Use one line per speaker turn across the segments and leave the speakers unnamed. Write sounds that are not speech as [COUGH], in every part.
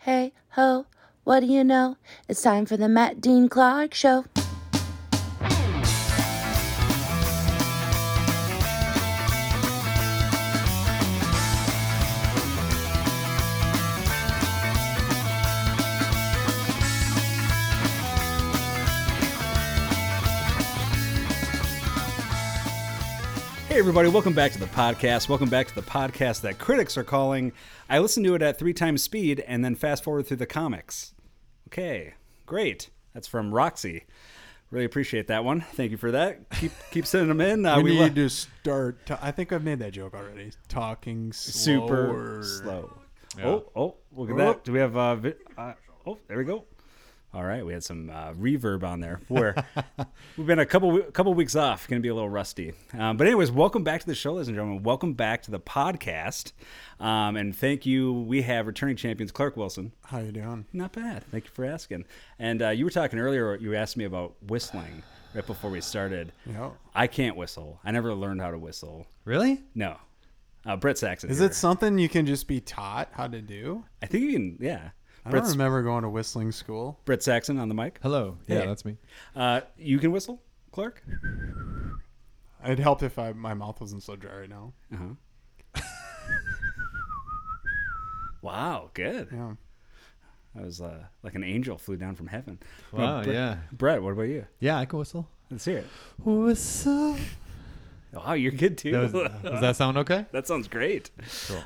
hey ho, what do you know? It's time for the Matt Dean Clark Show.
Hey, everybody, welcome back to the podcast. Welcome back to the podcast that critics are calling. I listened to it at three times speed and then fast forward through the comics. Okay, great. That's from Roxy. Really appreciate that one. Thank you for that. Keep keep sending them in. Uh,
We,
lo-
need to start. ta- I think I've made that joke already. Talking
super
slower.
slow.
Yeah.
Oh, oh, look at that. Do we have uh, vi- uh oh, there we go. All right, we had some uh, reverb on there.
[LAUGHS]
Where we've been a couple we- couple weeks off, going to be a little rusty. Um, but anyways, welcome back to the show, ladies and gentlemen. Welcome back to the podcast, um, and thank you. We have returning champions Clark Wilson.
How you doing?
Not bad. Thank you for asking. And uh, you were talking earlier. You asked me about whistling right before we started.
Yeah.
I can't whistle. I never learned how to whistle.
Really?
No. Uh, Brett Saxon.
Is
here.
it something you can just be taught how to do?
I think you can, yeah.
I
Brett,
don't remember going to whistling school.
Brett Saxon on the mic.
Hello. Yeah,
Hey.
that's me.
Uh, you can whistle, Clark?
It'd help if I, my mouth wasn't so dry right now.
Uh-huh.
[LAUGHS]
wow, good.
Yeah.
That was uh, like an angel flew down from heaven.
Wow,
Brett,
yeah.
Brett, what about you?
Yeah, I can whistle.
Let's hear it.
Whistle.
Wow, you're good too.
That was, uh, does that sound okay?
That sounds great.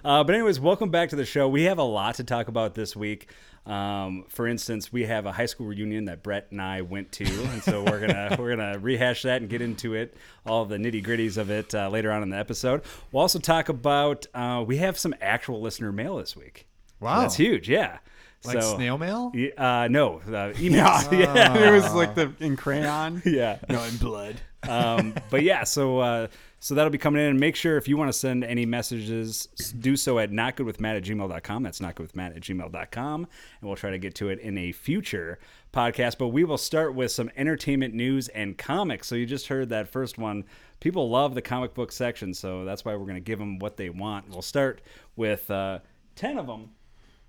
Uh, but anyways, welcome back to the show. We have a lot to talk about this week. Um, for instance, we have a high school reunion that Brett and I went to, and so we're gonna [LAUGHS] we're gonna rehash that and get into it, all the nitty gritties of it uh, later on in the episode. We'll also talk about uh, we have some actual listener mail this week.
Wow.
that's huge. Yeah,
Like
So-
snail mail? Oh.
Yeah, Uh, no, uh, emails. [LAUGHS] [LAUGHS] yeah,
it was like the in [LAUGHS] crayon.
yeah
No, in blood.
um, but yeah, so uh, so that'll be coming in. And make sure if you want to send any messages, s- do so at notgoodwithmatt at gmail.com. That's notgoodwithmatt at gmail.com. And we'll try to get to it in a future podcast. But we will start with some entertainment news and comics. So you just heard that first one. People love the comic book section. So that's why we're going to give them what they want. We'll start with uh, 10 of them.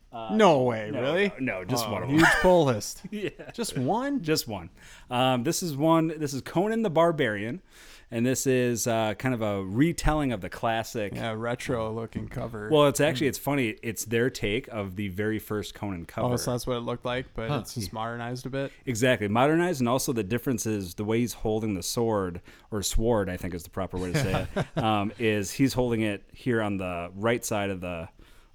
[LAUGHS] no way,
no,
really?
no, no, just
Oh,
one of 'em.
Huge pull list.
[LAUGHS]
yeah. Just one?
Just one. Um, this is one. This is Conan the Barbarian, and this is uh, kind of a retelling of the classic.
Yeah, retro looking cover.
Well, it's actually it's funny. It's their take of the very first Conan cover.
oh, so that's what it looked like, but it's just modernized
[LAUGHS]
a bit.
Exactly, modernized, and also the difference is the way he's holding the sword or sword, I think is the proper way to say
[LAUGHS]
it. Um, is he's holding it here on the right side of the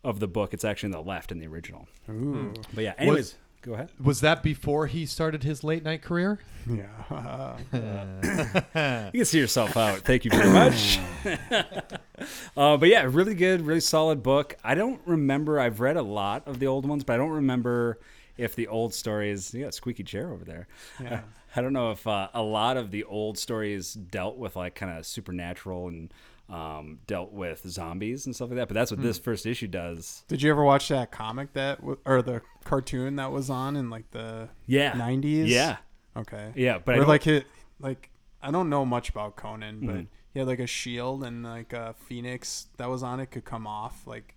of the book. It's actually on the left in the original.
Ooh.
But yeah, anyways, go ahead.
Was that before he started his late night career?
[LAUGHS] Yeah.
You can see yourself out. Thank you very much. uh, but yeah, really good, really solid book. I don't remember. I've read a lot of the old ones, but I don't remember if the old stories. You got a squeaky chair over there.
Yeah.
[LAUGHS] I don't know if uh, a lot of the old stories dealt with like kind of supernatural and um, dealt with zombies and stuff like that. But that's what this first issue does.
Did you ever watch that comic that w- or the cartoon that was on in like the
Yeah.
90s?
Yeah.
Okay.
Yeah, but I
Where,
don't-
like it like I don't know much about Conan, but
Mm-hmm.
he had like a shield and like a phoenix that was on it could come off like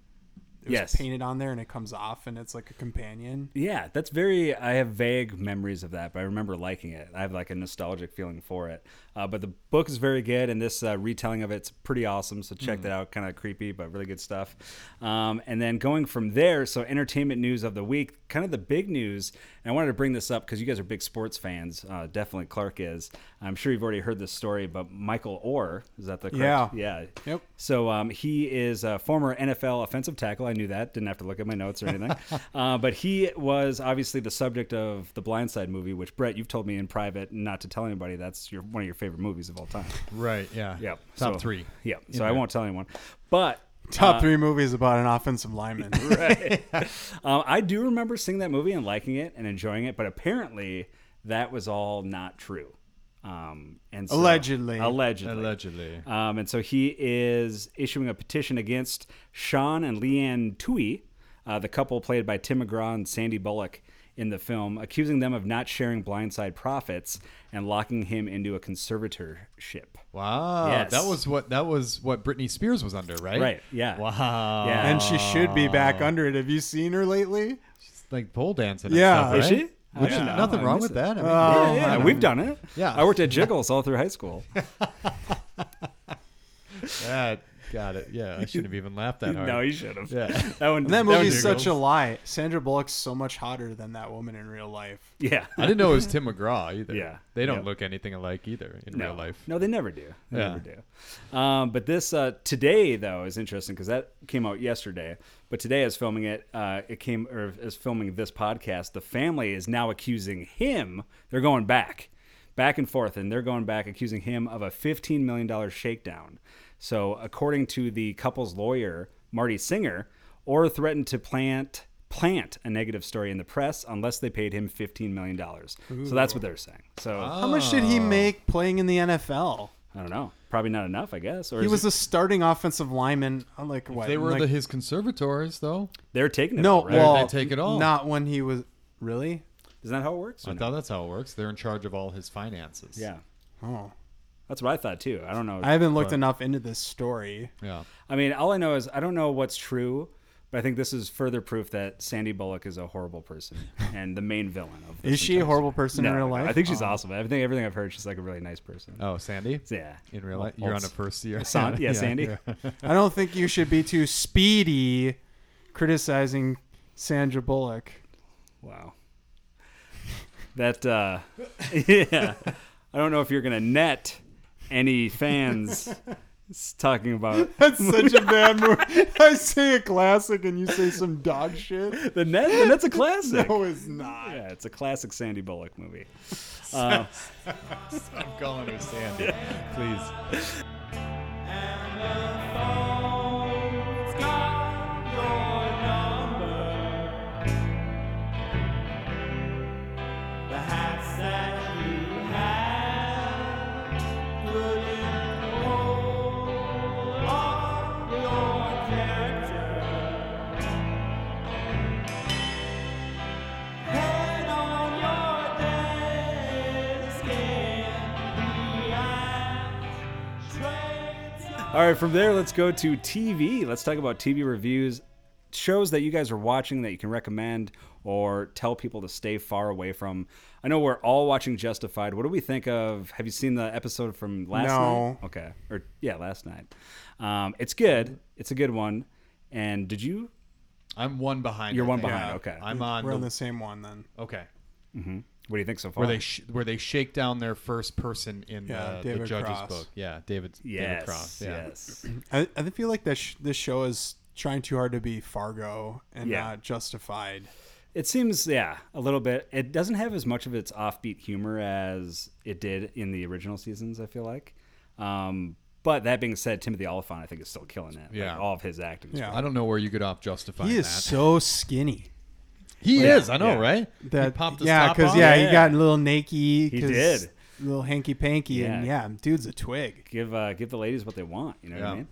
it was
Yes.
painted on there and it comes off and it's like a companion.
Yeah, that's very. I have vague memories of that, but I remember liking it. I have like a nostalgic feeling for it. Uh, but the book is very good, and this uh, retelling of it's pretty awesome. So check that out. Kind of creepy, but really good stuff. Um, and then going from there, so entertainment news of the week, kind of the big news. And I wanted to bring this up because you guys are big sports fans. Uh, definitely Clark is. I'm sure you've already heard this story, but Michael Orr is that the correct?
Yeah.
yeah.
Yep.
So um, he is a former NFL offensive tackle. I knew that. Didn't have to look at my notes or anything. uh, but he was obviously the subject of the Blind Side movie, which Brett, you've told me in private not to tell anybody. That's your one of your favorite movies of all time.
Right, yeah.
Yep.
Top
So-
three.
Yep. So I won't tell anyone. But
Top three movies about an
[LAUGHS]
offensive lineman.
um, I do remember seeing that movie and liking it and enjoying it. But apparently, that was all not true. Um, and so-
Allegedly.
allegedly,
Allegedly.
Um, and so he is issuing a petition against Sean and Leanne Tui, uh, the couple played by Tim McGraw and Sandy Bullock, in the film, accusing them of not sharing blindside profits and locking him into a conservatorship.
Wow,
Yes.
that was what that was what Britney Spears was under, right?
Right, yeah.
Wow.
Yeah.
And she should be back under it. Have you seen her lately?
She's like pole dancing. And
Yeah.
stuff,
Is
right?
she?
Which
I
is
don't know.
nothing
I
wrong
miss
with
it.
that. Oh, I mean,
yeah, yeah, we've done it.
Yeah.
I worked at Jiggles all through high school.
that got it. Yeah, I shouldn't have even laughed that
[LAUGHS]
hard.
no, you should have.
Yeah.
That one.
And that
one
movie's
did
such
go.
a lie. Sandra Bullock's so much hotter than that woman in real life.
Yeah.
I didn't know it was Tim McGraw either.
[LAUGHS] Yeah.
They don't
Yep.
look anything alike either in real life.
No, they never do. They
Yeah.
never do. Um, but this uh, today though is interesting because that came out yesterday. But today, as filming it, uh, it came or as filming this podcast, the family is now accusing him. They're going back, back and forth, and they're going back accusing him of a fifteen million dollar shakedown. So, according to the couple's lawyer, Marty Singer, or threatened to plant plant a negative story in the press unless they paid him fifteen million dollars. So that's what they're saying. So
Oh.
How much did he make playing in the NFL?
I don't know. Probably not enough, I guess. Or
He
is
was
it-
a starting offensive lineman. I'm like what?
They were
like,
the, his conservators, though.
they're taking it.
no.
all, right?
Well,
they take it all?
Not when he was really.
isn't that how it works? or
I
no?
thought that's how it works. They're in charge of all his finances.
Yeah,
Oh,
that's what I thought too. I don't know.
I
I,
haven't looked enough into this story.
Yeah.
mean, all I know is I don't know what's true, but I think this is further proof that Sandy Bullock is a horrible
[LAUGHS]
person and the main villain of. This
Is she a
entire
horrible
story.
person in
No,
real
no,
life?
I think she's
Oh.
awesome. Everything, everything I've heard, she's like a really nice person.
Oh, Sandy?
Yeah.
In real life?
Oh,
You're on a
Sandy.
first year. [LAUGHS]
San- yeah, Sandy. [LAUGHS]
I don't think you should be too speedy criticizing Sandra Bullock.
Wow. That uh [LAUGHS] yeah. I don't know if you're going to net any
[LAUGHS]
fans s- talking about
[LAUGHS] That's such [LAUGHS] a bad movie. I say a classic and you say some dog shit. [LAUGHS]
the net. The net's a classic.
No, it's not.
Yeah, it's a classic Sandy Bullock movie.
I'm calling her Sandy. Please.
All right, from there, let's go to TV. Let's talk about TV reviews, shows that you guys are watching that you can recommend or tell people to stay far away from. I know we're all watching Justified. What do we think of? Have you seen the episode from last
No.
night? Okay, or yeah, last night. Um, it's good. It's a good one. And did you?
I'm one behind.
You're
I
one
think.
behind. Okay.
I'm on.
We're on
the-
the same one then.
Okay.
What do you think so far?
Where they sh- where they shake down their first person in uh,
Yeah,
the, the
David
judge's
Cross.
book. Yeah, David.
yes.
David Cross. Yeah.
Yes.
I, I feel like this sh- this show is trying too hard to be Fargo and
Yeah.
not justified.
It seems, yeah, a little bit. It doesn't have as much of its offbeat humor as it did in the original seasons. I feel like, um, but that being said, Timothy Oliphant, I think, is still killing it. Like,
Yeah.
all of his acting. is
Yeah.
I don't know where you could off justify
He is
that.
so skinny.
He is. I know,
yeah.
right?
That
he popped his
yeah,
top
because
off.
yeah,
Yeah.
he got a little naked.
He did.
little hanky panky, and
Yeah.
yeah, dude's a twig. [LAUGHS]
give uh, give the ladies what they want. You know
Yeah.
what I mean?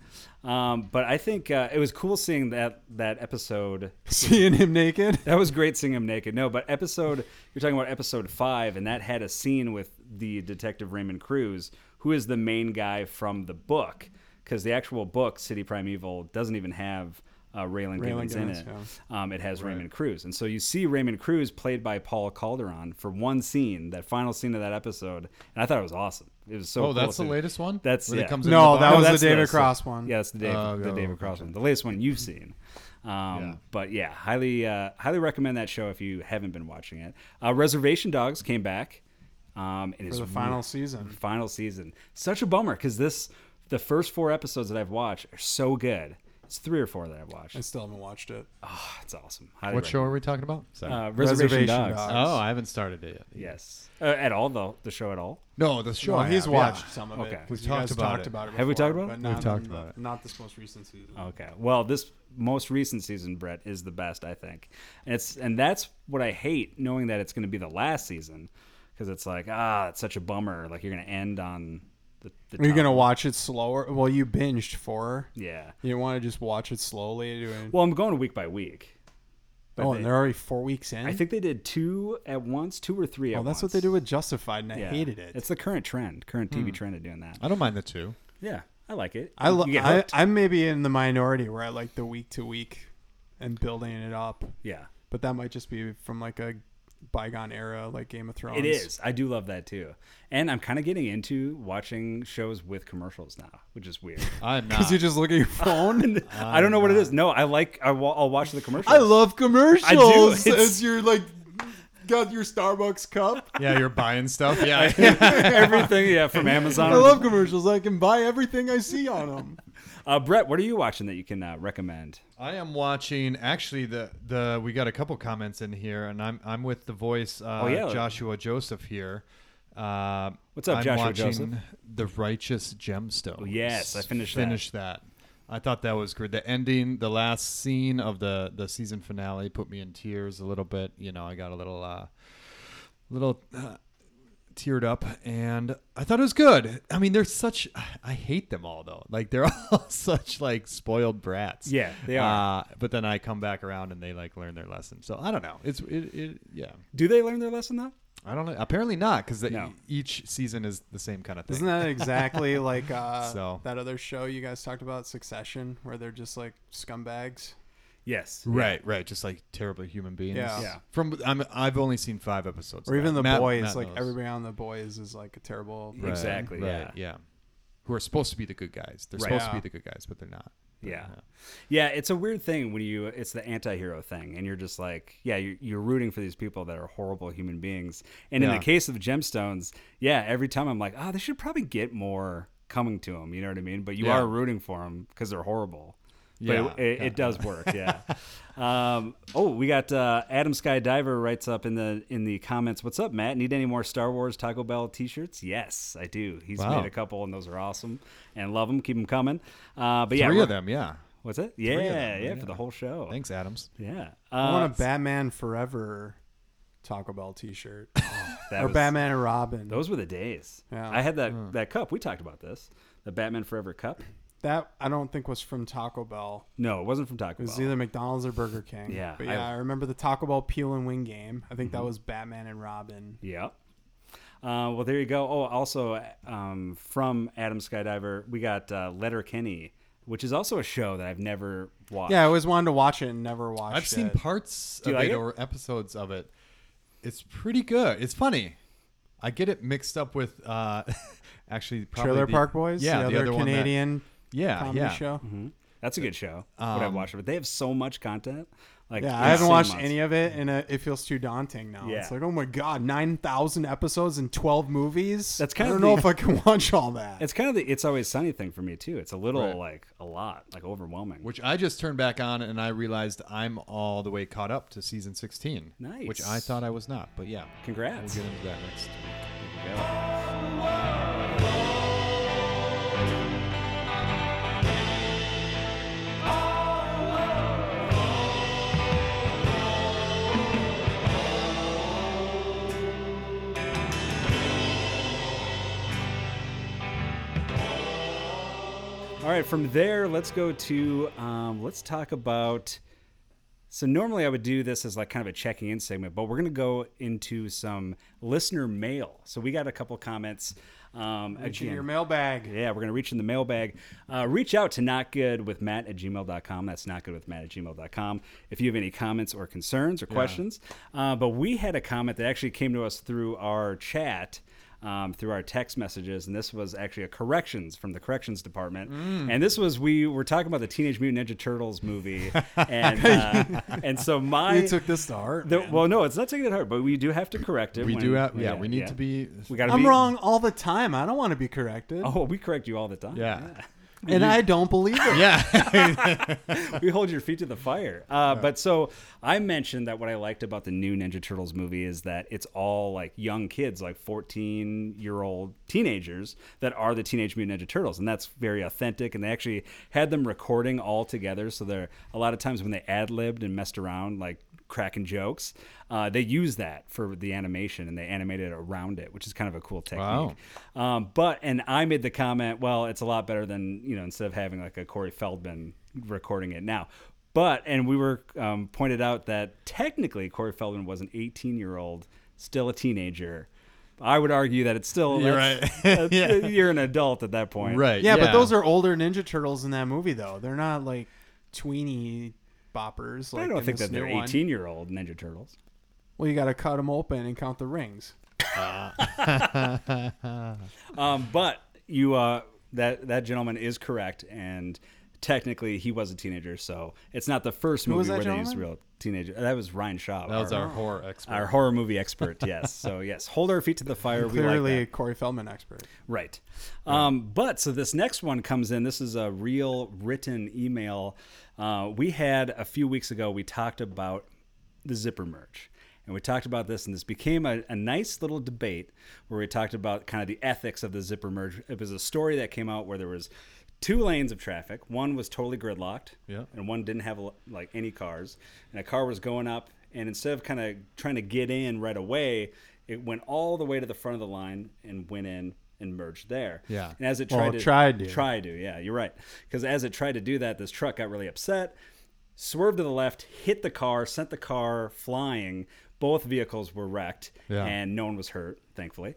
Um, but I think uh, it was cool seeing that that episode.
Seeing him naked.
That was great seeing him naked. No, but episode you're talking about episode five, and that had a scene with the detective Raymond Cruz, who is the main guy from the book, because the actual book City Primeval doesn't even have uh, Raylan,
Raylan
Givens in
Givens,
it. Um, it has Raymond Cruz, and so you see Raymond Cruz played by Paul Calderon for one scene, that final scene of that episode, and I thought it was awesome. It was so.
Oh,
cool
that's the
to-
latest one?
That's
Where he
yeah.
comes in
No,
the
that was
box?
No,
the
that's
David
this.
Cross one.
Yeah, that's the David,
Oh,
the
oh,
David
okay.
Cross one, the latest one you've seen. Um, But yeah, highly, uh, highly recommend that show if you haven't been watching it. Uh, Reservation Dogs came back. Um, it is
for the final season.
final season. Such a bummer because this, the first four episodes that I've watched are so good. It's three or four that I've watched.
I still haven't watched it.
Oh,
Ah, it's awesome. Highly
What show
recommend.
are we talking about? Sorry.
Uh, Reservation,
Reservation
Dogs.
Dogs.
oh, I haven't started it yet.
Yes, uh, at all though the show at all.
No, the show.
Oh,
Well,
I
he's
have,
watched
yeah.
some of
Okay.
it. 'cause
We've
you
talked
guys
about it.
about it.
Have we
before,
talked about it?
but
We've
not
talked
in
about it.
the- Not this most recent season.
Okay. Well, this most recent season, Brett, is the best I think, and it's and that's what I hate knowing that it's going to be the last season, because it's like ah, it's such a bummer. Like you're going to end on the. the
Are you
top.
gonna watch it slower? Well, you binged four.
Yeah.
You want to just watch it slowly. to-
Well, I'm going week by week. But
oh,
they-
and they're already four weeks in.
I think they did two at once, two or three
Oh,
at
that's
once.
what they do with Justified, and I
Yeah.
hated it. Hmm.
It's the current trend, current TV trend of doing that.
I don't mind the two.
Yeah, I like it.
I, lo-
You get
I
hooked.
I'm maybe in the minority where I like the week to week and building it up,
yeah,
but that might just be from like a bygone era, like Game of Thrones.
it is. I do love that too. And I'm kind of getting into watching shows with commercials now, which is weird. [LAUGHS]
I'm
because
not.
you just look at your phone.
I don't know what it is. No, I like. I wa- I'll watch the commercials.
Ah. I love commercials.
I do. It's-
As you're like got your Starbucks cup.
[LAUGHS] yeah, you're buying stuff.
[LAUGHS]
Yeah.
[LAUGHS] everything. Yeah, from Amazon.
[LAUGHS] I love commercials. I can buy everything I see on
[LAUGHS]
them.
Uh, Brett, what are you watching that you can uh, recommend?
I am watching. Actually, the the we got a couple comments in here, and I'm I'm with the voice uh,
Oh, yeah.
Joshua Joseph here. Uh,
What's up,
I'm
Joshua
watching
Joseph?
The Righteous Gemstones.
yes, I finished that.
finished that. I thought that was good. The ending, the last scene of the the season finale, put me in tears a little bit. You know, I got a little uh, little uh, teared up and I thought it was good. I mean, they're such I hate them all though. Like they're [LAUGHS] all such like spoiled brats.
Yeah, they are.
Uh, but then I come back around and they like learn their lesson. So I don't know. It's it, it yeah.
Do they learn their lesson though?
I don't know. Apparently not cuz
No.
each season is the same kind of thing.
Isn't that exactly like uh,
So.
that other show you guys talked about, Succession, where they're just like scumbags?
Yes.
Right, right. Just like terrible human beings.
Yeah.
Yeah.
From I'm, I've only seen five episodes.
Or
of
even
that.
the
Matt-
boys,
Matt
like
knows.
everybody on the boys is like a terrible.
Right. Exactly, yeah.
yeah. Who are supposed to be the good guys? They're
Right.
supposed
Yeah.
to be the good guys, but they're not.
Yeah. Yeah, it's a weird thing when you it's the anti-hero thing and you're just like, yeah, you're, you're rooting for these people that are horrible human beings. And in
Yeah.
the case of gemstones, yeah, every time I'm like, oh, they should probably get more coming to them, you know what I mean? But you
Yeah.
are rooting for them cuz they're horrible.
Yeah,
But it, it, it does work,
[LAUGHS]
yeah. um, oh, we got uh, Adam Skydiver writes up in the in the comments, "What's up, Matt? Need any more Star Wars Taco Bell T-shirts? Yes, I do. He's
Wow.
made a couple, and those are awesome, and love them. Keep them coming. Uh, but yeah,
Three
we're-
of them, yeah.
What's it? Yeah,
them,
yeah,
yeah.
for the whole show.
Thanks, Adams.
Yeah.
I
Uh,
want a Batman Forever Taco Bell
[LAUGHS]
T-shirt
that
or
was-
Batman and Robin.
Those were the days.
Yeah. Hmm.
I had that that cup. We talked about this. The Batman Forever cup.
that I don't think was from Taco Bell.
No, it wasn't from Taco
It was
Bell.
either McDonald's or Burger King.
Yeah,
but
I-
yeah, I, remember the Taco Bell peel and wing game. I think
Mm-hmm.
that was Batman and Robin.
Yeah. Uh, well, there you go. Oh, also um, from Adam Skydiver, we got uh, Letter Kenny, which is also a show that I've never watched.
Yeah, I always wanted to watch it and never watched
I've seen
it.
parts
Do
of
you
it
like it?
or episodes of it. It's pretty good. It's funny. I get it mixed up with uh, [LAUGHS] actually probably
Trailer
the-
Park Boys,
Yeah,
the,
the,
other,
other one that-
Canadian
yeah,
comedy
yeah.
show.
that's a good show. would I watch it? But they have so much content. Like
Um, Yeah, I haven't
insane
watched
amounts.
any of it, and uh, it feels too daunting now.
Yeah.
It's like, oh my god, nine thousand episodes and twelve movies.
That's kind
I
of
don't know
the-
if I can [LAUGHS] watch all that.
It's kind of the It's Always Sunny thing for me too. It's a little
Right.
like a lot, like overwhelming.
Which I just turned back on and I realized I'm all the way caught up to season 16.
Nice.
Which I thought I was not, but yeah. We'll
Congrats.
get into that next.
All right, from there, let's go to um, let's talk about. So normally I would do this as like kind of a checking in segment, but we're gonna go into some listener mail. So we got a couple comments. Um,
Reaching
again-
your mailbag.
yeah, we're going to reach in the mailbag. Uh, reach out to notgoodwithmatt at gmail.com. That's notgoodwithmatt at gmail.com if you have any comments or concerns or questions. Uh, but we had a comment that actually came to us through our chat. Um, through our text messages, and this was actually a corrections from the corrections department.
Mm.
And this was we were talking about the Teenage Mutant Ninja Turtles
[LAUGHS]
movie, and uh, and so my
You took this to heart.
the-
man.
well, no, it's not taking it hard, but we do have to correct it.
We
when-
do have, yeah, we need
yeah.
to be.
We got.
I'm wrong all the time. I don't want to be corrected,
Oh, we correct you all the time.
Yeah.
[LAUGHS]
and I don't believe it.
Yeah.
[LAUGHS] we hold your feet to the fire. Uh, But so I mentioned that what I liked about the new Ninja Turtles movie is that it's all like young kids, like 14 year old teenagers that are the Teenage Mutant Ninja Turtles. And that's very authentic. And they actually had them recording all together. So there a lot of times when they ad libbed and messed around, like cracking jokes, uh, they used that for the animation and they animated around it, which is kind of a cool technique.
Wow.
Um, but and I made the comment, well, it's a lot better than you know instead of having like a Corey Feldman recording it now. But and we were um, pointed out that technically Corey Feldman was an 18 year old, still a teenager. I would argue that it's still
You're
that's-
[LAUGHS] right.
that's-
Yeah.
you're an adult at that point,
Right.
Yeah, but those are older Ninja Turtles in that movie, though. They're not like tweeny boppers. Like
I don't
in
think
this
that they're
new one.
18 year old Ninja Turtles.
Well, you got to cut them open and count the rings.
Um, but you, uh, that that gentleman is correct, and technically he was a teenager, so it's not the first movie
was
where
that
they used
gentleman?
real teenager. That was Ryan Shaw.
That was our horror expert.
our horror movie expert. Yes, so [LAUGHS] yes, hold our feet to the fire. we like
Clearly,
that.
a Corey Feldman expert.
Right. Um, but so this next one comes in. This is a real written email. Uh, we had a few weeks ago, we talked about the zipper merch. And we talked about this, and this became a, a nice little debate where we talked about kind of the ethics of the zipper merge. It was a story that came out where there was two lanes of traffic. One was totally gridlocked,
Yeah.
and one didn't have like any cars. And a car was going up, and instead of kind of trying to get in right away, it went all the way to the front of the line and went in and merged there.
Yeah.
And as it
Well,
tried to
tried to.
try to, yeah, you're right. Because as it tried to do that, this truck got really upset, swerved to the left, hit the car, sent the car flying. Both vehicles were wrecked,
Yeah.
and no one was hurt, thankfully.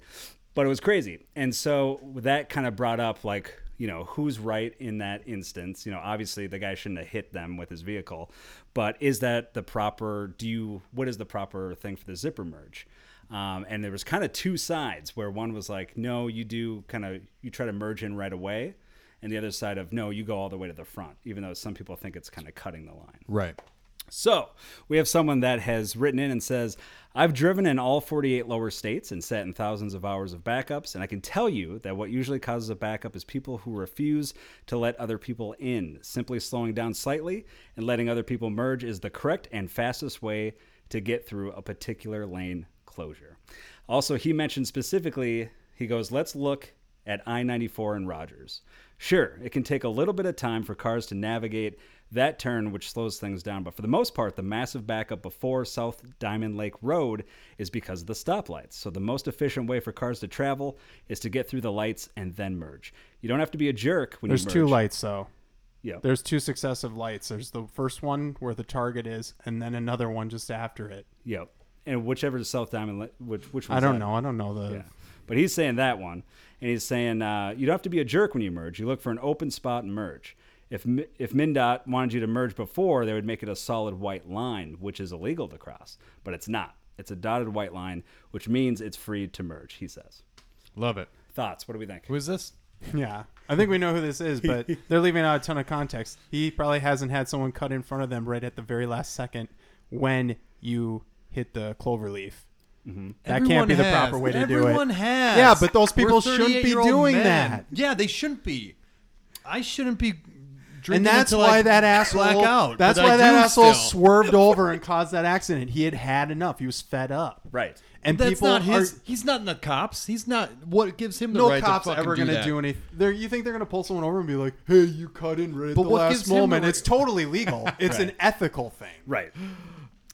But it was crazy, and so that kind of brought up like you know who's right in that instance. You know, obviously the guy shouldn't have hit them with his vehicle, but is that the proper? Do you what is the proper thing for the zipper merge? Um, and there was kind of two sides where one was like, no, you do kind of you try to merge in right away, and the other side of no, you go all the way to the front, even though some people think it's kind of cutting the line.
right.
So we have someone that has written in and says, I've driven in all 48 lower states and sat in thousands of hours of backups, and I can tell you that what usually causes a backup is people who refuse to let other people in. Simply slowing down slightly and letting other people merge is the correct and fastest way to get through a particular lane closure. Also, he mentioned specifically, he goes, Let's look at I 94 and Rogers. Sure, it can take a little bit of time for cars to navigate that turn, which slows things down, but for the most part, the massive backup before South Diamond Lake Road is because of the stoplights. So, the most efficient way for cars to travel is to get through the lights and then merge. You don't have to be a jerk when
There's
you merge.
two lights, though.
Yeah.
There's two successive lights. There's the first one where the target is, and then another one just after it.
Yep. And whichever South Diamond, Lake- which, which
I
one's
don't
that?
know. I don't know the.
Yeah. But he's saying that one, and he's saying uh, you don't have to be a jerk when you merge. You look for an open spot and merge. If M- if MnDOT wanted you to merge before, they would make it a solid white line, which is illegal to cross, but it's not. It's a dotted white line, which means it's free to merge. He says.
Love it.
Thoughts? What do we think?
Who is this?
[LAUGHS] Yeah. I think we know who this
[LAUGHS]
is, but they're leaving out a ton of context. He probably hasn't had someone cut in front of them right at the very last second when you hit the clover leaf.
Mm-hmm.
That can't be the proper way to do it.
Everyone has.
Yeah, but those people
We're
shouldn't be
38-year-old
doing
men.
that.
Yeah, they shouldn't be. I shouldn't be
and
drinking
that's
until
why
I
that asshole.
black out.
that's
but I
why that
do
asshole
still.
swerved over and caused that accident. He had had enough. He was fed up.
Right.
And
That's
people
not his.
are
he's not in the cops. He's not. What gives him the
no
right
cops
to fucking
ever
do
going to
that?
do anything. They're, you think they're going to pull someone over and be like, "Hey, you cut in right at
But
the
what
last
gives him the
moment."
right-
It's totally
[LAUGHS]
legal. It's an ethical thing. [GASPS]
Right.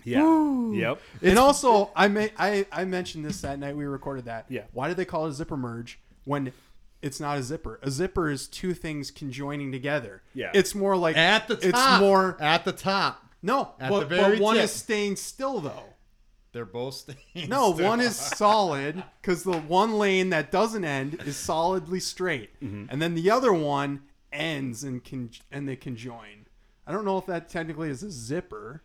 Yeah. Yep.
and also, I may I I mentioned this that night we recorded that.
Yeah.
Why do they call it a zipper merge when it's not a zipper? A zipper is two things conjoining together.
Yeah.
It's more like
At the top.
It's more
at the top.
no.
At
but,
the very
but one
tip.
is staying still though.
They're both staying.
No,
still.
one
[LAUGHS]
is solid because the one lane that doesn't end is solidly straight,
Mm-hmm.
and then the other one ends and can and they conjoin. I don't know if that technically is a zipper.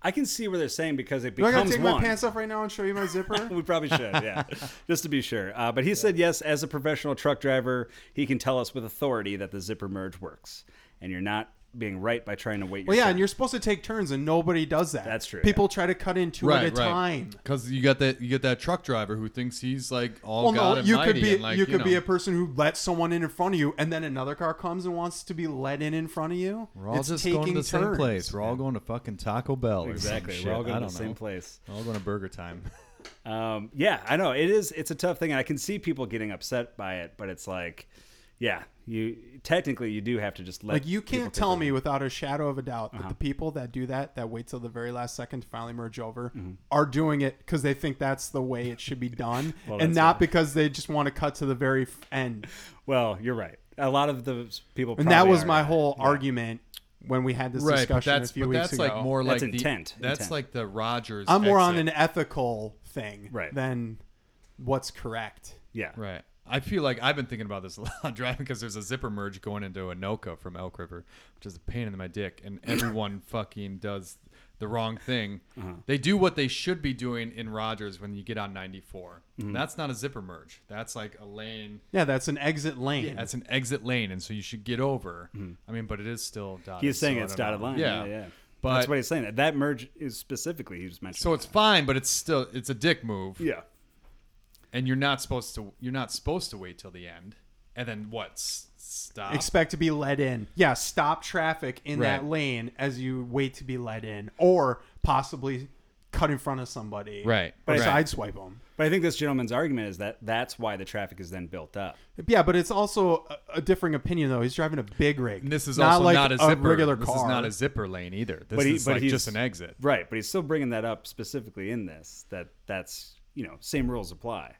I can see where they're saying because it
Do I
becomes
gotta take
one.
my pants off right now and show you my
[LAUGHS]
zipper?
[LAUGHS] we probably should,
[LAUGHS]
yeah, just to be sure. Uh, but he said yes, as a professional truck driver, he can tell us with authority that the zipper merge works, and you're not being right by trying to wait. Your
Well, yeah,
turn.
and you're supposed to take turns, and nobody does that.
That's true,
People try to cut in two
right,
at a
right.
time.
Because you got that. You get that truck driver who thinks he's like all
Well,
Oh, god
no,
and
you
mighty
could be
and, like,
you could be
know,
a person who lets someone in in front of you, and then another car comes and wants to be let in in front of you.
We're all
it's
just
taking
going to the same
turns.
place. We're all going to fucking Taco Bell. or
[LAUGHS]
some
exactly.
shit.
We're all
I
going to
don't
the same
know.
place.
We're all going to Burger Time.
Um, yeah, I know it is. It's a tough thing, and I can see people getting upset by it. But it's like, yeah, you technically you do have to just let
Like you
people
can't
take Uh-huh.
tell
the-
me without a shadow of a doubt that the people that do that, that wait till the very last second to finally merge over,
Mm-hmm.
are doing it because they think that's the way
[LAUGHS]
it should be done, and
that's
not because they just want to cut to the very f- end.
Well, you're right. A lot of those people,
And that
probably
was
are.
my whole argument when we had this
right, but
discussion
that's
a few
but
weeks
that's
ago.
like more like
That's
the-
intent,
That's
intent.
like the Rogers.
I'm more on an
exit.
ethical thing
Right.
than what's correct.
Yeah.
right. I feel like I've been thinking about this [LAUGHS] a lot driving because there's a zipper merge going into Anoka from Elk River, which is a pain in my dick, [COUGHS] and everyone fucking does the wrong thing. They do what they should be doing in Rogers when you get on 94. That's not a zipper merge. That's like a lane.
Yeah, that's an exit lane.
That's an exit lane, and so you should get over. I mean, but it is still dotted.
He's saying
so I
it's
don't
dotted
know.
line. Yeah,
Yeah,
yeah.
But
that's what he's saying. That that merge is specifically he was mentioning.
so it's fine, but it's still it's a dick move.
yeah,
and you're not supposed to you're not supposed to wait till the end and then what S- stop
Expect to be let in. Yeah, stop traffic in that
Right.
lane as you wait to be let in, or possibly cut in front of somebody.
Right,
Or
right.
sideswipe them.
but I think this gentleman's argument is that that's why the traffic is then built up.
Yeah, but it's also a, a differing opinion though. He's driving a big rig.
and this is
not
also
like
not a zipper
regular
this
car.
is not a zipper lane either this
But he-
is
but
like
he's-
just an exit
Right, but he's still bringing that up specifically in this that that's you know same rules apply.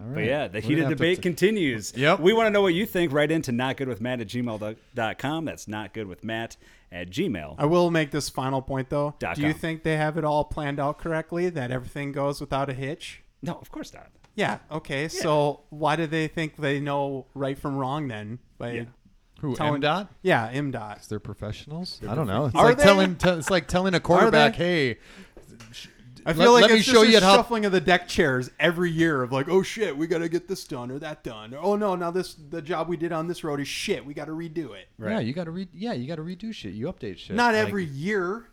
All right.
But yeah, the
We're
heated
gonna have to
debate
t-
continues.
Yep.
We want to know what you think. Write into notgoodwithmatt at gmail.com. That's notgoodwithmatt at gmail.
I will make this final point though.
Dot
Do you
com.
think they have it all planned out correctly? That everything goes without a hitch?
No, of course not.
Yeah. Okay. So why do they think they know right from wrong then? By
Yeah.
who
telling-
MDOT?
Yeah, M dot.
they're professionals i don't know it's
Are
like
they?
telling te- it's like telling a quarterback hey
I
let-
feel like
let me
it's
show
just
you
a
how-
shuffling of the deck chairs every year of like, oh shit, we gotta get this done or that done. Or, oh no, now this the job we did on this road is shit. We gotta redo it.
yeah you gotta read yeah you gotta redo shit you update shit
Not
Like,
every year.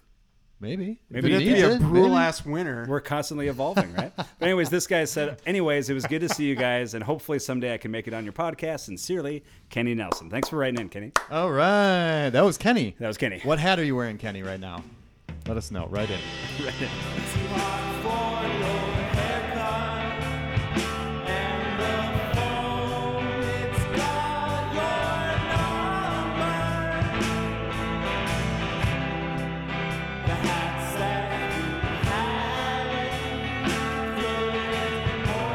maybe
Maybe
It'd
you
have to
need
be
to.
a
Maybe.
brutal ass winter.
We're constantly evolving, right? but anyways, this guy said, anyways, it was good to see you guys, and hopefully someday I can make it on your podcast. Sincerely, Kenny Nelson. Thanks for writing in, Kenny.
all right that was kenny
That was Kenny.
what hat are you wearing kenny right now let us know right in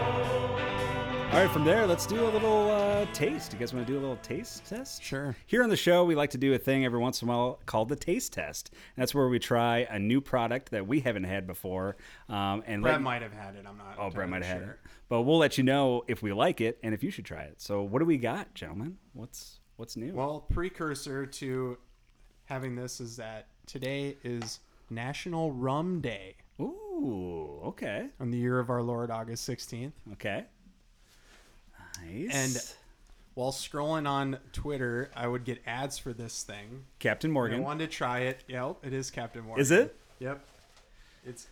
All right, from there, let's do a little uh, taste. You guys want to do a little taste test?
Sure.
Here on the show, we like to do a thing every once in a while called the taste test. That's where we try a new product that we haven't had before, um, and let
Brett
you-
might have had it. I'm not.
Oh, Brett
entirely
might have had
sure.
it. But we'll let you know if we like it and if you should try it. So what do we got, gentlemen? What's what's new?
Well, precursor to having this is that today is National Rum Day
Ooh, okay.
on the year of our Lord, August 16th.
Okay. Nice.
And- While scrolling on Twitter, I would get ads for this thing.
Captain
I
Morgan.
wanted to try it. Yep, it is Captain Morgan.
Is it?
Yep. It's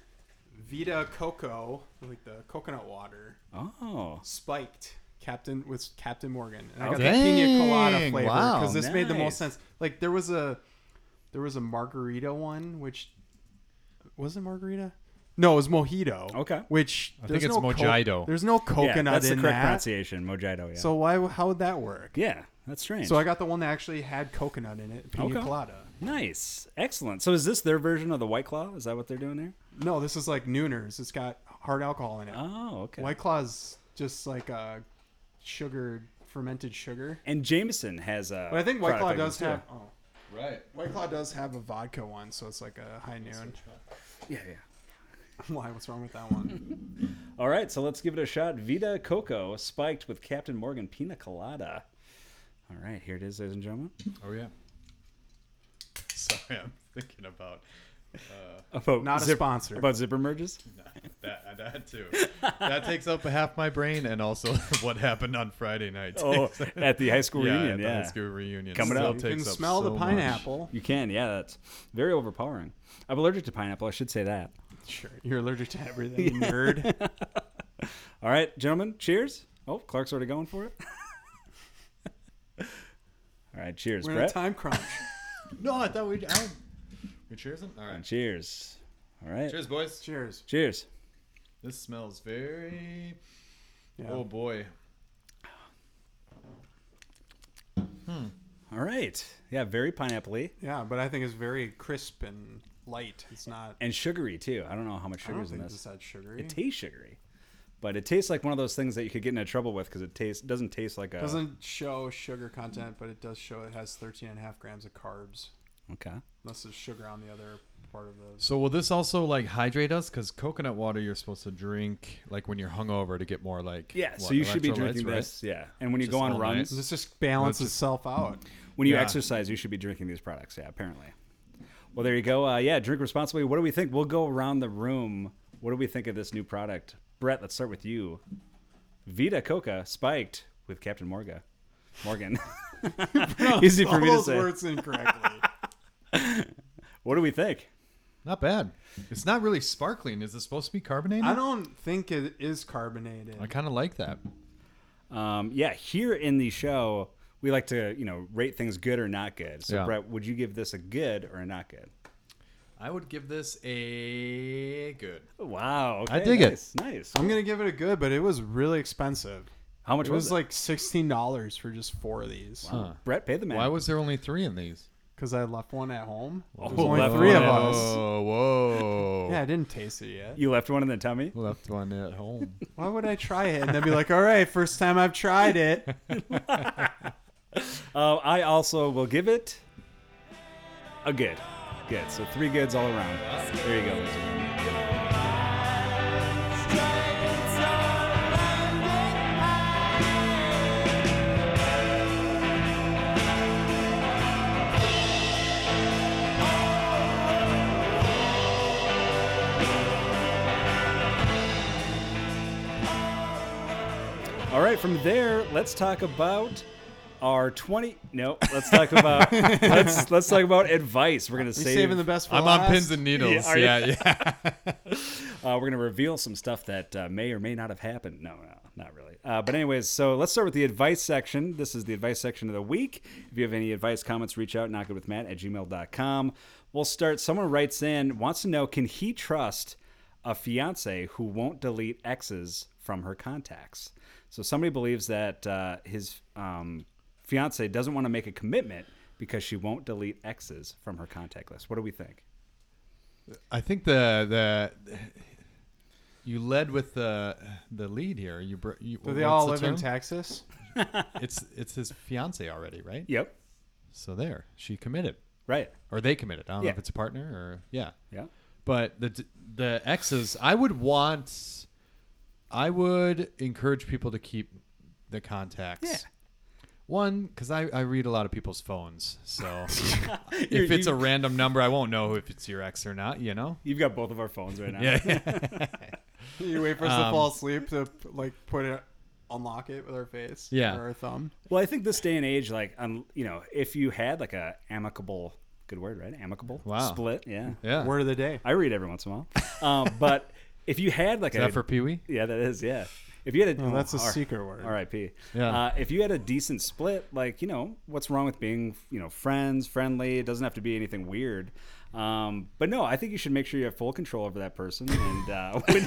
Vita Coco, like the coconut water,
Oh.
spiked. Captain with Captain Morgan. And I got the
Dang,
pina colada flavor
wow.
because this made the
Nice.
most sense. Like there was a there was a margarita one, which was it margarita? No, it was mojito.
Okay.
Which I
think it's mojito.
there's no coconut
yeah, that's the
in
correct
that.
pronunciation. Mojito, yeah.
So why? How would that work?
yeah, that's strange.
So I got the one that actually had coconut in it, pina
Okay.
colada.
nice. Excellent. So is this their version of the White Claw? Is that what they're doing there?
No, this is like Nooners. It's got hard alcohol in it.
Oh, okay.
White Claw's just like uh, sugar, fermented sugar.
and Jameson has a
But I think White
product
Claw
like this,
does
too.
have. Oh,
right
White Claw does have a vodka one, so it's like a high noon.
Yeah, yeah.
[LAUGHS] Why? What's wrong with that
[LAUGHS]
one?
All right, so let's give it a shot. Vita Coco spiked with Captain Morgan Pina Colada. All right, here it is, ladies and gentlemen.
oh yeah sorry i'm thinking about
About
Not a
zip-
sponsor.
About zipper merges?
That, that [LAUGHS] too. That takes up half my brain, and also [LAUGHS] what happened on Friday night.
Oh,
takes-
at the high school
[LAUGHS] yeah,
reunion,
at the
yeah.
high school reunion
Coming
still
up.
you
takes
can
up
smell the
so much.
pineapple.
You can, yeah, that's very overpowering. I'm allergic to pineapple, I should say that.
Sure, you're allergic to everything, [LAUGHS] nerd.
All right, gentlemen, cheers. Oh, Clark's already going for it. [LAUGHS] All right, cheers,
We're in a
Brett.
time crunch.
No, I thought we'd. I, we cheers them. All right,
Cheers. All right. Cheers.
cheers, boys.
Cheers.
cheers.
This smells very.
Yeah.
Oh boy.
All right. Yeah, very pineapple
yeah, but I think it's very crisp and light. It's not.
and sugary, too. I don't know how much
I
sugar
don't
is in
think
this.
this had sugary.
It tastes sugary. But it tastes like one of those things that you could get into trouble with because it tastes doesn't taste like a
Doesn't show sugar content, but it does show it has 13 and a half grams of carbs.
okay.
Unless there's sugar on the other part of those.
So will this also like hydrate us? Because coconut water you're supposed to drink like when you're hungover to get more like
Yeah,
what,
so you should be
electrolytes,
drinking
right?
this. Yeah, and when you go
Just
on
all night.
runs,
This just balances
Let's
itself out. [LAUGHS]
when you
Yeah.
exercise, you should be drinking these products. Yeah, apparently. Well, there you go. Uh, yeah, drink responsibly. What do we think? We'll go around the room. What do we think of this new product, Brett? Let's start with you. Vita Coca spiked with Captain Morga. Morgan, [LAUGHS] easy for
All
me to
those
say.
words incorrectly.
What do we think?
Not bad. It's not really sparkling. Is it supposed to be
[LAUGHS]
carbonated?
I
I,
don't think it is carbonated.
kind of like that.
Um, yeah, here in the show, we like to you know rate things good or not good. So,
Yeah.
Brett, would you give this a good or a not good?
I would give this a good.
Wow,
I dig it.
it. Nice.
I'm gonna give it a good, but it was really expensive.
How much
It
was,
was like sixteen dollars for just four of these
Huh.
Brett, pay the man.
Why was there only three in these?
because I left one at home. There's
Oh,
only
left
three
one
of
at
us.
Whoa, whoa.
[LAUGHS] Yeah, I didn't taste it
[LAUGHS]
yet.
you left one in the tummy?
Left one
[LAUGHS]
at home.
Why would I try it and then be like, "All right, first time I've tried it."
Uh, I also will give it a good. Good. So three goods all around. There you go. All right, from there, let's talk about our 20 No, let's talk
[LAUGHS]
about let's let's talk about advice. We're going to
You're
save
saving the best for
I'm
last.
on pins and needles.
Yeah, are
Yeah, [LAUGHS] yeah.
you? Uh, we're going to reveal some stuff that uh, may or may not have happened. No, no, not really. Uh, but, anyways, so let's start with the advice section. This is the advice section of the week. If you have any advice, comments, reach out, knockitwithmatt at gmail.com. We'll start. Someone writes in, wants to know can he trust a fiance who won't delete exes from her contacts? So, somebody believes that uh, his um, fiance doesn't want to make a commitment because she won't delete exes from her contact list. What do we think?
I think the the you led with the the lead here. You, br- you
Do they
what's
all
the
live in
term?
Texas?
It's it's his fiance already, right?
Yep.
So there, she committed,
Right.
or they committed. I don't know
Yeah.
if it's a partner or yeah.
Yeah.
But the the exes, I would want, I would encourage people to keep the contacts.
Yeah.
One, because I, I read a lot of people's phones,
[LAUGHS]
so
You-
if it's
you-
a random number, I won't know if it's your ex or not.
[LAUGHS]
You know.
You've got both of our phones right now.
You wait for us to
Um,
fall asleep to like put it, unlock it with our face,
Yeah.
or our thumb.
Well, I think this day and age, like, um, you know, if you had like a amicable, good word, right? Amicable
Wow.
split. Yeah.
[LAUGHS] yeah.
Word of the day.
I read every once in a while. Um, [LAUGHS] but if you had like
Is
a,
that for Pee Wee?
yeah, that is, yeah. If you had a,
No, Oh, that's a
R-
secret word.
R.I.P.
Yeah.
Uh, if you had a decent split, like, you know, what's wrong with being, you know, friends, friendly? It doesn't have to be anything weird. Um, but no, I think you should make sure you have full control over that person and uh, [LAUGHS] when,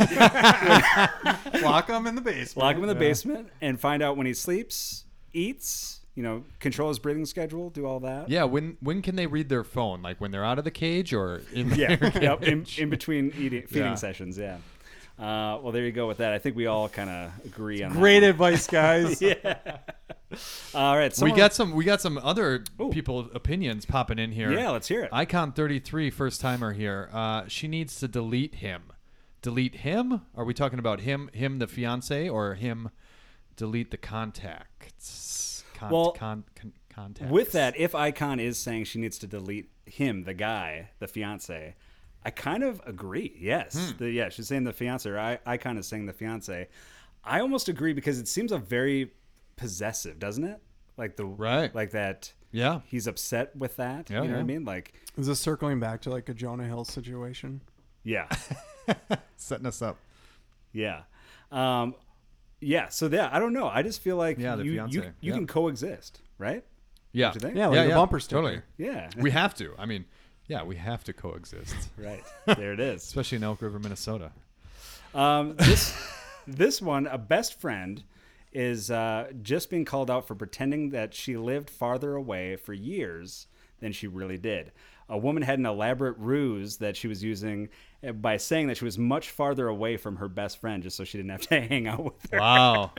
Lock them in the basement.
Lock him in the basement and find out when he sleeps, eats, you know, control his breathing schedule, do all that.
Yeah, when when can they read their phone? Like when they're out of the cage or in [LAUGHS]
Yeah. [LAUGHS]
their
yep.
cage?
In, in between eating, feeding
Yeah.
sessions. Yeah. Uh, well, there you go with that. I think we all kind of agree on
Great advice,
[LAUGHS]
guys.
that. All right.
we
someone-
got some we got some other
Ooh.
people opinions popping in here.
Yeah, let's hear it.
Icon 33 first timer here. Uh, she needs to delete him. Delete him? Are we talking about him him the fiance or him delete the contacts? Con-
Well,
con- con- contacts.
With that, if Icon is saying she needs to delete him, the guy, the fiance, I kind of agree. Yes,
Hmm.
the, yeah, she's saying the fiance. Or I, Icon is saying the fiance. I almost agree because it seems a very possessive, doesn't it? Like the
Right.
like that.
Yeah.
he's upset with that.
Yeah,
you know what I
yeah.
mean? Like,
Is this circling back to like a Jonah Hill situation?
yeah,
setting us up.
[LAUGHS] yeah, um, yeah. So yeah, I don't know. I just feel like
Yeah, the
you you,
fiance.
you
Yeah.
can coexist, right?
Yeah.
Don't you think?
Yeah, like a bumper sticker.
Totally.
Yeah,
[LAUGHS] We have to. I mean, yeah, we have
[LAUGHS]
to coexist.
[LAUGHS]
[LAUGHS]
right. There it is.
Especially in Elk River, Minnesota.
Um, this this one, a best friend, is uh, just being called out for pretending that she lived farther away for years than she really did. a woman had an elaborate ruse that she was using eh, by saying that she was much farther away from her best friend just so she didn't have to [LAUGHS] hang out with her.
Wow.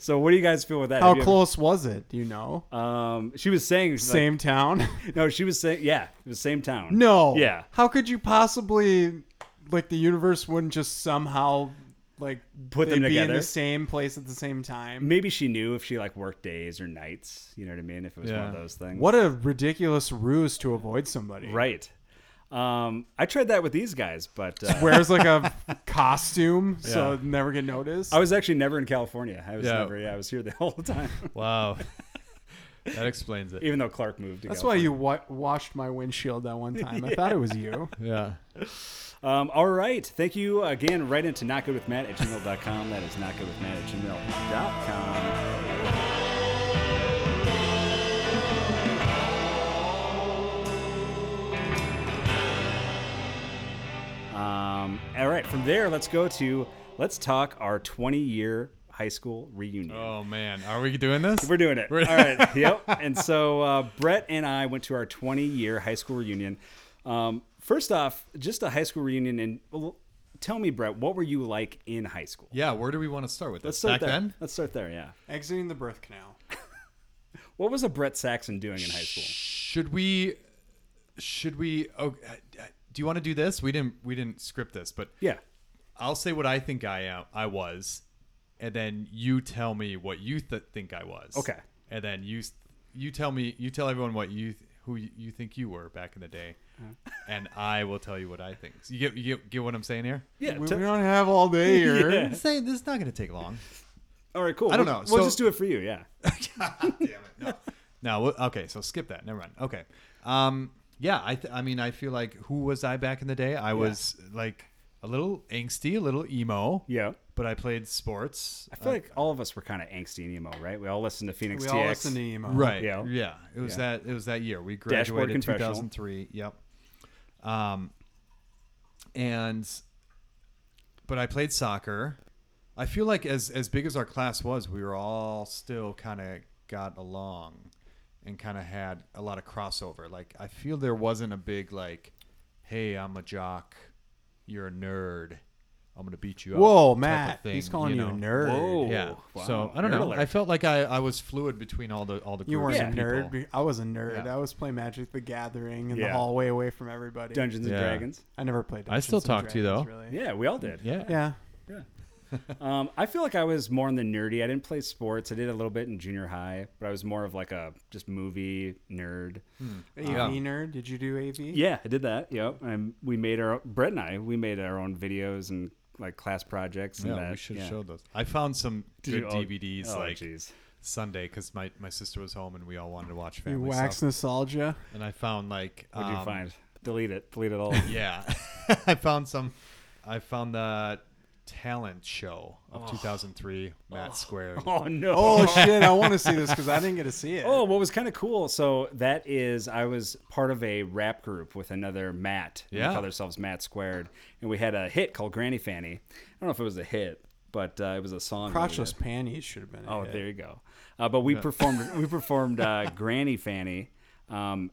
So what do you guys feel with that?
How
Have you ever-
close was it? Do you know?
um, she was saying she's like-
Same town? [LAUGHS]
no, she was saying yeah, it was same town.
no.
Yeah.
How could you possibly, like, the universe wouldn't just somehow, like,
Put
they
them
be in
together?
the same place at the same time?
Maybe she knew if she like worked days or nights. You know what I mean? If it was one of
Yeah.
those things.
What a ridiculous ruse to avoid somebody.
Right. Um, I tried that with these guys, but uh,
Wears like
[LAUGHS]
a costume so
Yeah.
it'd never get noticed.
I was actually never in California. I was
Yeah.
never. Yeah, I was here the [LAUGHS] whole time. [LAUGHS]
Wow. that explains it.
Even though Clark moved. To
That's why you wa- washed my windshield that one time. [LAUGHS] I thought it was you.
Yeah.
Um, all right. Thank you again. Write into notgoodwithmatt at gmail.com. That is notgoodwithmatt at gmail.com. Um, all right. From there, let's go to let's talk our 20 year high school reunion.
Oh man, are we doing this?
We're doing it.
We're-
All
[LAUGHS]
right. Yep. And so uh, Brett and I went to our 20 year high school reunion. Um, first off, just a high school reunion. And well, tell me, Brett, what were you like in high school?
Yeah. Where do we want to start with?
Let's
This?
start
Back
there.
then.
Let's start there. Yeah.
Exiting the birth canal.
What was a Brett Saxon doing in high school?
Should we? Should we? Oh, do you want to do this? We didn't. We didn't script this, but
Yeah.
I'll say what I think I am. I was, and then you tell me what you th- think I was.
Okay.
And then you s- you tell me you tell everyone what you th- who you- you think you were back in the day,
Uh-huh.
and I will tell you what I think. So you get you get, get what I'm saying here?
Yeah.
We,
t-
we don't have all day here.
I'm saying this is not going to take long.
all right. Cool.
I don't
We'll-
know.
We'll
So-
just do it for you.
[LAUGHS]
Yeah.
Damn it. No. [LAUGHS] no. well, Okay. So skip that. Never mind. Okay. Um. Yeah. I. Th- I mean, I feel like who was I back in the day? I was like a little angsty, a little emo.
Yeah.
But I played sports.
I feel like all of us were kind of angsty and emo, right? We all listened to Phoenix
We
TX.
all listen
E
to emo.
Right.
Yeah.
Yeah. It was that. It was that year we
Dashboard
graduated in
Confessional.
2003. Yep. Um. And. But I played soccer. I feel like as as big as our class was, we were all still kind of got along, and kind of had a lot of crossover. Like I feel there wasn't a big like, "Hey, I'm a jock, you're a nerd, I'm gonna beat you up."
Whoa,
type of
Matt.
thing,
he's calling you,
know?
a nerd.
Whoa.
Yeah.
Wow.
So I don't
Nerd
know.
alert.
I felt like I, I was fluid between all the all the
You
groups
weren't
of
a nerd.
people.
be- I was a nerd.
Yeah.
I was playing Magic the Gathering in
Yeah.
the hallway away from everybody.
Dungeons and
Yeah.
Dragons.
I never played.
I still
Dungeons and
talk to you,
Dragons,
though.
Really.
Yeah. We all did.
Yeah.
Yeah.
Um, I feel like I was more on the nerdy. I didn't play sports. I did a little bit in junior high, but I was more of like a just movie nerd.
Hmm.
AV nerd. Did you do AV?
Yeah, I did that. Yep, and we made our Brett and I. We made our own videos and like class projects. And
Yeah,
that.
we should
yeah.
show those. I found some
Did
good
you- oh,
DVDs
oh,
like
jeez.
Sunday because my, my sister was home and we all wanted to watch
You
family
wax
stuff.
nostalgia.
And I found like
What did you
um,
find? Delete it. Delete
[LAUGHS]
it all.
Yeah, I found some. I found the talent show of 2003. Matt Squared.
[LAUGHS] oh no.
Oh shit! I want to see this because I didn't get to see it.
Oh, what was kind of cool. So that is, I was part of a rap group with another Matt.
Yeah.
We called ourselves Matt Squared, and we had a hit called Granny Fanny. I don't know if it was a hit, but uh, it was a song. that we did.
crotchless panties should have been. a
Oh,
hit.
there you go. Uh, but we performed
[LAUGHS]
we performed uh, Granny Fanny um,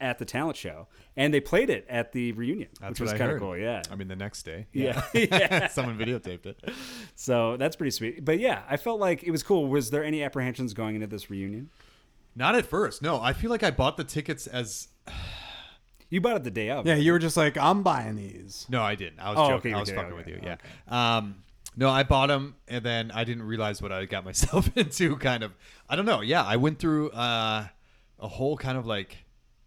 at the talent show, and they played it at the reunion,
That's
which was
what I
kind of
heard.
cool. Yeah.
I mean, the next day.
[LAUGHS]
[LAUGHS]
yeah. [LAUGHS]
Someone videotaped it.
so that's pretty sweet. But yeah, I felt like it was cool. Was there any apprehensions going into this reunion?
Not at first. No, I feel like I bought the tickets as
You bought it the day of.
Yeah, you were just like, I'm buying these.
No, I didn't. I was
Oh, okay,
joking.
you
I was
did.
fucking
Okay,
with you. Yeah. Um, no, I bought them, and then I didn't realize what I got myself [LAUGHS] into. Kind of. I don't know. Yeah, I went through uh, a whole kind of like.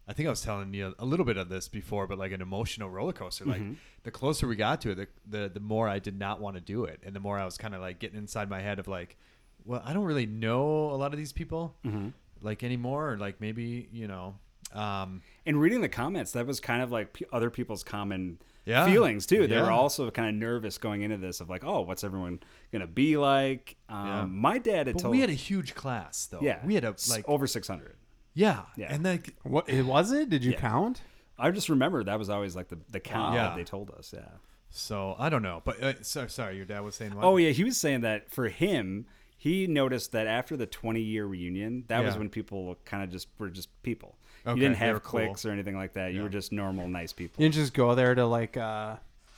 I think I was telling you a little bit of this before, but like an emotional roller coaster. Like
Mm-hmm.
the closer we got to it, the, the the more I did not want to do it, and the more I was kind of like getting inside my head of like, well, I don't really know a lot of these people
Mm-hmm.
like anymore, or like maybe you know. Um,
And reading the comments, that was kind of like p- other people's common
Yeah.
feelings too. They were
Yeah.
also kind of nervous going into this of like, oh, what's everyone gonna be like? Um,
Yeah.
My dad had
but
told
we had a huge class though.
yeah,
we had a
s-
like
over six hundred.
Yeah.
Yeah.
And like
What it was it? Did you count?
I just remember that was always like the the count
Yeah.
that they told us. Yeah.
so I don't know, but uh, so, sorry, your dad was saying what?
Oh yeah, he was saying that for him, he noticed that after the 20 year reunion, that was
Yeah.
when people kind of just were just people.
Okay,
you didn't
they were
have
cool.
cliques or anything like that. You were just normal, nice people.
You didn't just go there to like uh,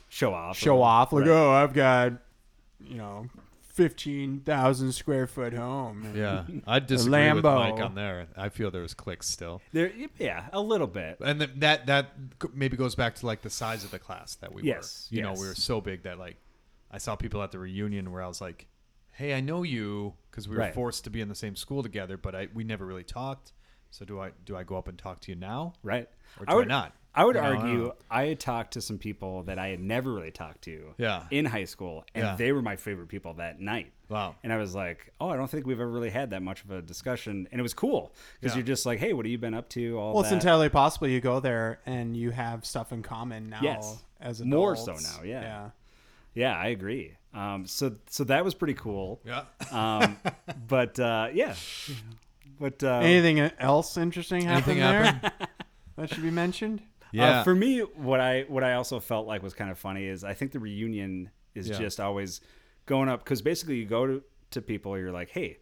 Show off.
show
or-
off, like,
Right.
oh, I've got, you know, fifteen thousand square foot home.
[LAUGHS]
Yeah, I disagree with
Lambo.
Mike on there. I feel there was clicks still,
There, yeah, a little bit.
and th- that that g- maybe goes back to like the size of the class that we
Yes,
were. You know,
yes.
we were so big that like I saw people at the reunion where I was like, "Hey, I know you," because we were
Right.
forced to be in the same school together, but I we never really talked. So do I do I go up and talk to you now?
right?
Or
I
do I
would
not?
I would
You know, I don't
argue
know.
I, had talked to some people that I had never really talked to
Yeah.
in high school, and
Yeah.
they were my favorite people that night.
Wow.
And I was like, oh, I don't think we've ever really had that much of a discussion, and it was cool because
Yeah.
you're just like, hey, what have you been up to? All
Well, it's
that.
entirely possible you go there and you have stuff in common now.
Yes.
as
More so
adults.
now, yeah. yeah, I agree. Um, so so that was pretty cool.
Yeah.
Um, but uh, yeah, but uh,
Anything else interesting happened
[LAUGHS] Anything
there
happen?
that should be mentioned?
Yeah.
Uh, for me, what I what I also felt like was kind of funny is I think the reunion is
Yeah.
just always going up because basically you go to, to people, you're like, hey,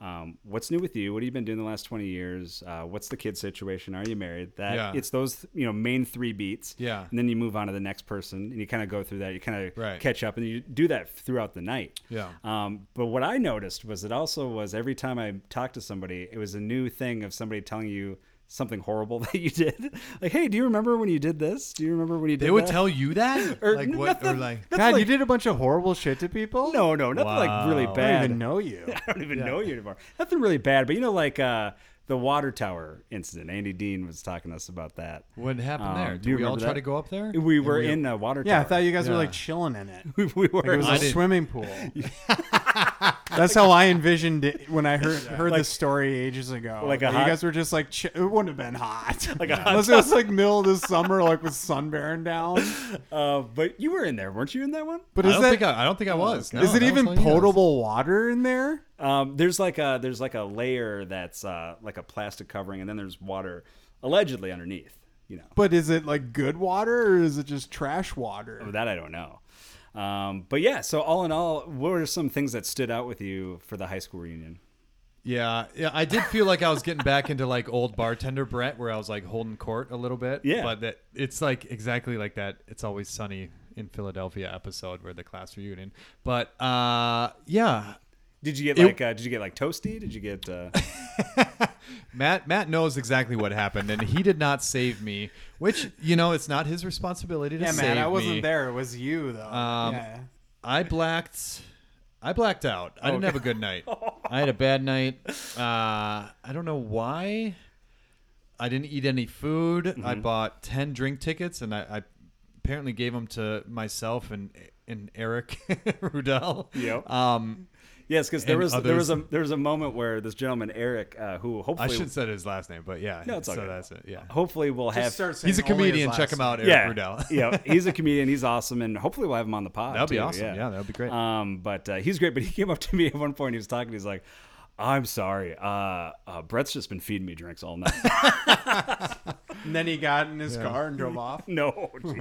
um, what's new with you? What have you been doing the last twenty years? Uh, what's the kid situation? Are you married? That
Yeah.
it's those you know main three beats.
Yeah.
and then you move on to the next person, and you kind of go through that. You kind of
Right.
catch up, and you do that throughout the night.
Yeah.
Um, but what I noticed was it also was every time I talked to somebody, it was a new thing of somebody telling you something horrible [LAUGHS] that you did. Like, hey, do you remember when you did this? Do you remember when you did
they would
that?"
tell you that,
Or
like what,
nothing-
or like
That's
God, you
like-
did a bunch of horrible shit to people.
[LAUGHS] No, no, nothing like really
Wow.
I
bad.
don't even know you.
[LAUGHS] I don't even know you anymore. Nothing really bad, but you know, like uh, the water tower incident. Andy Dean was talking to us about that.
what happened
Um,
there?
do
Did
you
we all
remember
try
that?
to go up there?
We were
we-
in a water
Yeah, I
tower.
thought you guys were
Yeah.
like chilling in it.
[LAUGHS] we, we were.
Like it was
I
a
didn't-
swimming [LAUGHS] pool. That's how I envisioned it when I heard heard
Like-
this story ages ago.
Like a
That
hot-
you guys were just like, ch- it wouldn't have been hot.
Like a hot
unless it was [LAUGHS] like middle of the summer, like with sun bearing [LAUGHS] down.
uh, but you were in there, weren't you? In that one?
But
I
is
don't
that
think I, I don't think I was. No,
is it
that was
even
all you guys.
potable water in there?
Um, there's like a there's like a layer that's uh, like a plastic covering, and then there's water allegedly underneath. You know,
But is it like good water or is it just trash
Oh,
water?
that I don't know. Um, but yeah, so all in all, what are some things that stood out with you for the high school reunion?
Yeah, yeah. I did feel like I was getting back into like old bartender Brett, where I was like holding court a little bit.
Yeah.
but that it's like exactly like that. It's always sunny in Philadelphia episode where the class reunion. But uh, yeah,
Did you
It-
get like uh, did you get like toasty? Did you get
[LAUGHS]
uh,
Matt Matt knows exactly what happened, and he did not save me. Which you know, it's not his responsibility to
Yeah,
save
man, I wasn't
me.
there. It was you though.
Um,
yeah.
I blacked. I blacked out. I didn't have a good
[LAUGHS]
night. I had a bad night. Uh, I don't know why. I didn't eat any food. I
Mm-hmm.
bought ten drink tickets, and I, I apparently gave them to myself and and Eric [LAUGHS] Rudell.
[LAUGHS] Yep.
Um,
yes? Because there
And
was there was a
others.
there was a moment where this gentleman Eric, uh, who
I
hopefully
should have said his last name, but yeah.
No, it's
so
okay.
that's it. Yeah.
hopefully we'll have
He's a comedian. Check him out, Eric
yeah [LAUGHS]
Rudell. [LAUGHS]
yeah he's a comedian he's awesome and hopefully we'll have him on the pod
That'd be
too,
awesome. Yeah, that'd be great.
um but uh, he's great but he [LAUGHS] came up to me at one point he was talking he's like I'm sorry uh, uh Brett's just been feeding me drinks all night [LAUGHS]
And then he got in his car and drove [LAUGHS] off.
no jeez.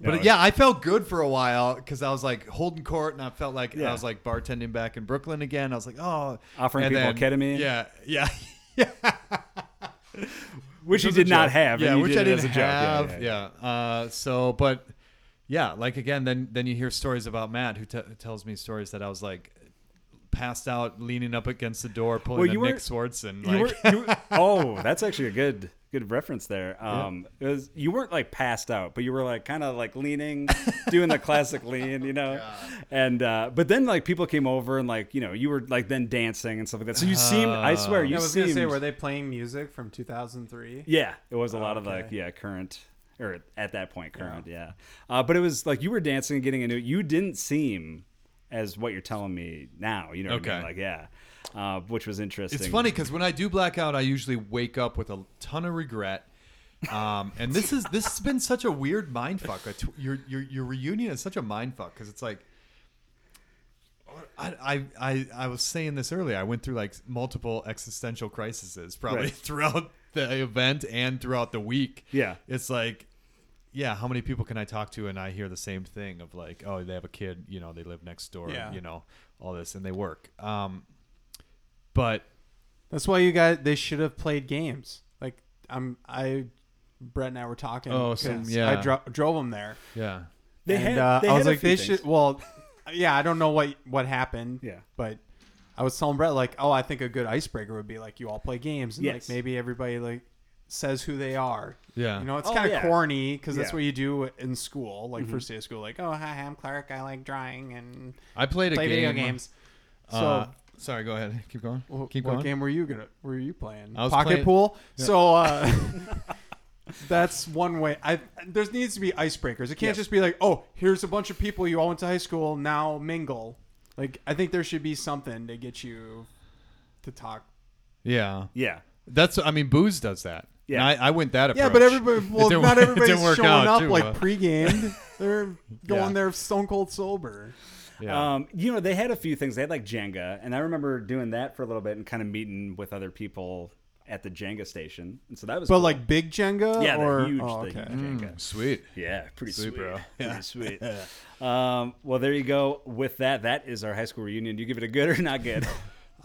No,
But yeah, I felt good for a while because I was like holding court, and I felt like
Yeah.
I was like bartending back in Brooklyn again. I was like, oh,
Offering
And
people ketamine?
Yeah, yeah, [LAUGHS]
which you
was a
did not
joke.
have
Yeah,
and you
which
did
I
it as
didn't
a joke. Yeah,
have.
yeah, yeah.
yeah. Uh, so, but yeah, like again, then then you hear stories about Matt who t- tells me stories that I was like passed out, leaning up against the door, pulling
Well,
the
you were-
Nick Swartz, and
You
like
were- you
[LAUGHS]
were- oh, that's actually a good good reference there. Um, it was, you weren't like passed out, but you were like kind of like leaning, doing the classic lean, you
[LAUGHS]
know. And uh, but then like people came over and like you know you were like then dancing and stuff like that. So you seemed, I swear, you
Uh, I was
seemed.
gonna say, were they playing music from 2003?
yeah, it was a lot of
okay.
like yeah current or at that point current yeah. Uh, but it was like you were dancing and getting into it. You didn't seem as what you're telling me now. You know what I mean?
Okay.
Like yeah. Uh, which was interesting.
It's funny because when I do blackout, I usually wake up with a ton of regret. Um, and this is this has been such a weird mind fuck. A tw- your your your reunion is such a mind fuck because it's like. I, I I I was saying this earlier. I went through like multiple existential crises probably
Right.
[LAUGHS] throughout the event and throughout the week.
Yeah.
it's like, yeah, how many people can I talk to and I hear the same thing of like, oh, they have a kid, you know, they live next door,
Yeah.
you know, all this, and they work. Um, but
That's why you got. They should have played games. Like I'm I Brett and I were talking.
Oh, some-
'cause
yeah.
I dro- drove him there.
Yeah.
They
and
had-
uh,
they
I
had
was
a
like,
few
they
things.
should. Well, yeah, I don't know what what happened.
Yeah.
but I was telling Brett like, oh, I think a good icebreaker would be like you all play games and
Yes.
like maybe everybody like says who they are.
Yeah.
you know, it's
Oh,
kind of
yeah.
corny because that's
Yeah. Mm-hmm.
what you do in school. Like first day of school, like, oh, hi, I'm Clark. I like drawing and
I played a
play
game.
video games. So.
uh, sorry, go ahead. [LAUGHS] Keep going.
Wh-
Keep
what
going.
game were you gonna were you playing?
I was
Pocket
playing-
pool. So
[LAUGHS]
uh, [LAUGHS] that's one way. I there needs to be icebreakers. It can't
Yes.
just be like, oh, here's a bunch of people you all went to high school now mingle. Like I think there should be something to get you to talk.
Yeah.
Yeah.
That's. I mean, booze does that.
Yeah.
And I, I went that approach.
Yeah, but everybody,
[LAUGHS] It
well,
didn't-
not
it
everybody's
didn't work
showing
out,
up
too,
like
uh, [LAUGHS]
pre-gamed. They're
Yeah.
going there stone cold sober.
yeah.
Um, you know, they had a few things. They had like Jenga, and I remember doing that for a little bit and kind of meeting with other people at the Jenga station. And so that was
But
cool.
like big Jenga,
yeah,
or
the huge,
oh,
the
okay.
huge Jenga.
Mm, sweet.
Yeah, pretty
Sweet,
Hmm. sweet,
bro.
Pretty [LAUGHS] sweet. um, well, there you go. With that, that is our high school reunion. Do you give it a good or not good?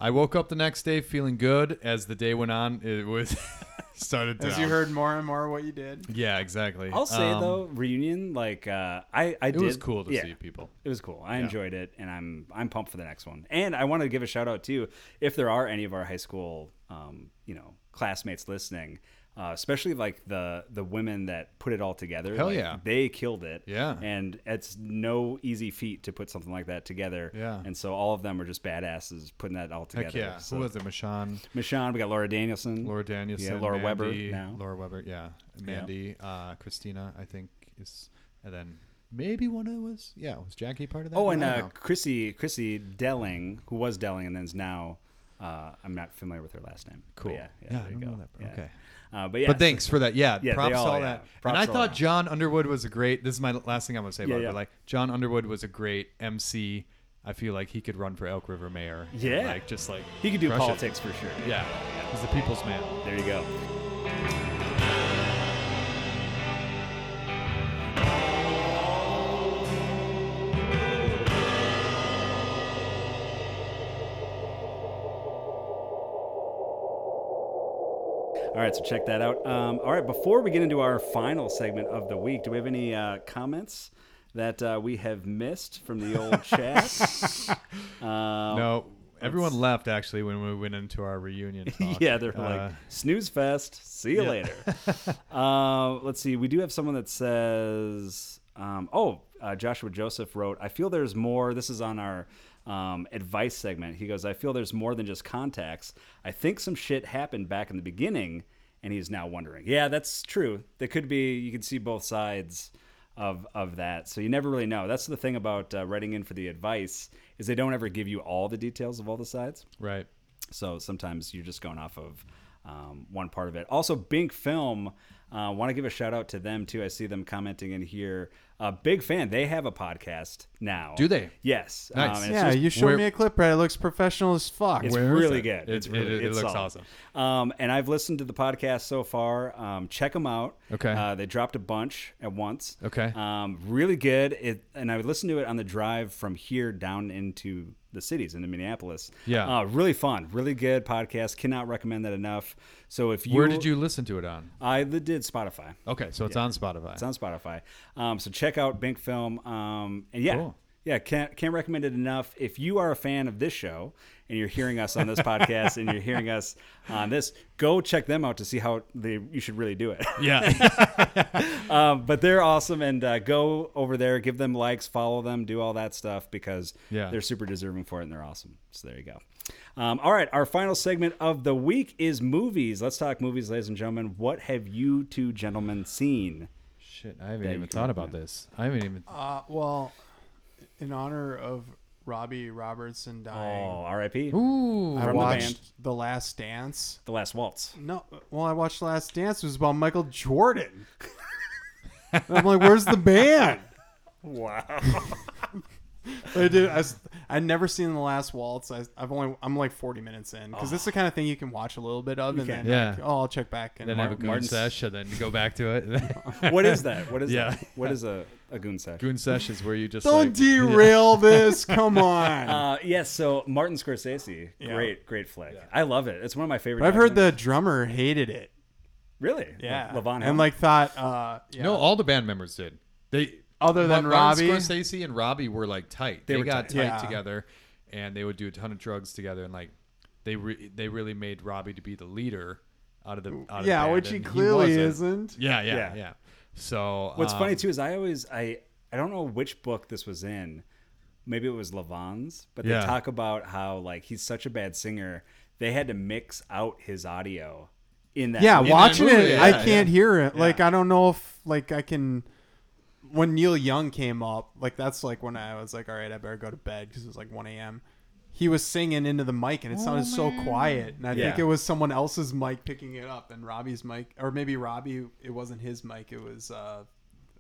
I woke up the next day feeling good. As the day went on, it was [LAUGHS] started.
As
down.
you heard more and more what you did.
Yeah, exactly.
[LAUGHS] I'll say
Um,
though, reunion. Like uh, I, I
it
did.
was cool to
yeah.
see people.
It was cool. I enjoyed it, and I'm I'm pumped for the next one. And I want to give a shout out too, if there are any of our high school, um, you know, classmates listening, uh, especially like the the women that put it all together.
Hell
like,
yeah.
they killed it.
Yeah.
and it's no easy feat to put something like that together.
Yeah.
and so all of them are just badasses putting that all together.
Heck yeah.
So,
Who was it? Michonne,
Michonne, we got Laura Danielson,
Laura Danielson,
yeah, Laura Weber
Mandy-
now.
Laura Weber, yeah. Mandy, uh, Christina, I think is, and then maybe one of was yeah was Jackie part of that?
Oh, and
I don't
uh,
know.
Chrissy Chrissy Delling, who was Delling and then is now, uh, I'm not familiar with her last name. But
Cool.
Yeah, yeah,
Yeah, I
there you
don't
go.
know that, bro.
Yeah.
Okay.
Uh, but yeah,
But thanks for that. Yeah,
Yeah, they
props
all-
all
yeah,
that. and
props
I
all
thought
that.
John Underwood was a great. This is my last thing I'm gonna say about
Yeah,
it.
yeah.
But like John Underwood was a great MC. I feel like he could run for Elk River mayor. and,
Yeah.
like just like
He could do
crush it.
politics for sure.
Yeah, he's the people's man.
There you go. All right, so check that out. Um, all right, before we get into our final segment of the week, do we have any uh, comments that uh, we have missed from the old chat? um,
No, everyone left actually when we went into our reunion. Talk.
[LAUGHS] yeah, they're
Uh,
like snooze fest. See you later. uh, let's see. We do have someone that says, um, "Oh, uh, Joshua Joseph wrote. I feel there's more. This is on our." Um, advice segment. He goes, I feel there's more than just contacts. I think some shit happened back in the beginning, and he's now wondering. Yeah, that's true. There could be. You can see both sides of of that. So you never really know. That's the thing about uh, writing in for the advice is they don't ever give you all the details of all the sides.
right.
So sometimes you're just going off of um, one part of it. Also, Bink Film, uh, want to give a shout out to them too. I see them commenting in here. Uh, big fan. They have a podcast now.
Do they?
Yes. Um,
Nice.
and it's
Yeah,
just-
you showed
where-
me a clip, Brett. It looks professional as fuck.
it's
Where is
really
it?
good.
It-
It's really,
it- it
it's
looks
solid. Um, and I've listened to the podcast so far. Um, check them out.
Okay.
Uh, they dropped a bunch at once.
Okay.
Um, really good. It, and I would listen to it on the drive from here down into the cities into Minneapolis.
Yeah.
Uh, really fun. Really good podcast. Cannot recommend that enough. So if you
Where did you listen to it on?
I did Spotify.
Okay, so it's on Spotify.
It's on Spotify. Um, so check out Bink Film. Um, and yeah,
Cool.
yeah, can't can't recommend it enough. If you are a fan of this show and you're hearing us on
[LAUGHS]
this podcast and you're hearing us on this, go check them out to see how they you should really do it. [LAUGHS]
yeah.
um, but they're awesome, and uh, go over there, give them likes, follow them, do all that stuff because
Yeah.
they're super deserving for it and they're awesome. So there you go. Um, all right, our final segment of the week is movies. Let's talk movies, ladies and gentlemen. What have you two gentlemen seen?
Shit, I haven't
Yeah,
even
you can
thought about
recommend.
this. I haven't even.
Uh, well, in honor of Robbie Robertson dying,
Oh, R.I.P.
Ooh.
I
from the
watched
band.
the, Last Dance.
The Last
[LAUGHS]
Waltz.
No, well, I watched The Last Dance. It was about Michael Jordan. And I'm like, where's the band?
Wow.
I did. I, s- I'd never seen the Last Waltz. I, I've only. I'm like 40 minutes in because this is the kind of thing you can watch a little bit of and then
Yeah.
like, oh, I'll check back and
then have a goon
Martin's-
sesh and then go back to
[LAUGHS]
it. [LAUGHS]
What is that? What is
Yeah.
that? What is a, a goon sack?
goon sesh is where you just
don't
like- [LAUGHS]
derail this. Come
[LAUGHS]
on.
Uh, yes, so Martin Scorsese,
Yeah.
great, great flick. I love it. It's one of my favorite.
But I've heard
documentaries.
the drummer hated it.
Really?
Yeah,
Le- Levon Helm?
and like thought, uh, yeah.
No, all the band members did. They
Other than
Martin
Robbie?
Scorsese and Robbie were like tight. They,
were
got
tight.
tight,
Yeah.
together, and they would do a ton of drugs together, and like they re- they really made Robbie to be the leader out of the out of the
yeah,
band,
which he
and
clearly
wasn't.
isn't.
Yeah, yeah,
Yeah.
yeah, So
What's
um,
funny too is I always I I don't know which book this was in. Maybe it was Levon's, but they
Yeah.
talk about how like he's such a bad singer. They had to mix out his audio in that.
Yeah,
movie.
watching
movie,
it, I
yeah,
can't
yeah.
hear it. Like I don't know if like I can. When Neil Young came up, like that's like when I was like, all right, I better go to bed because it was like 1 a.m. He was singing into the mic and it sounded so quiet, and I think
Yeah.
it was someone else's mic picking it up and Robbie's mic, or maybe Robbie. It wasn't his mic. It was uh,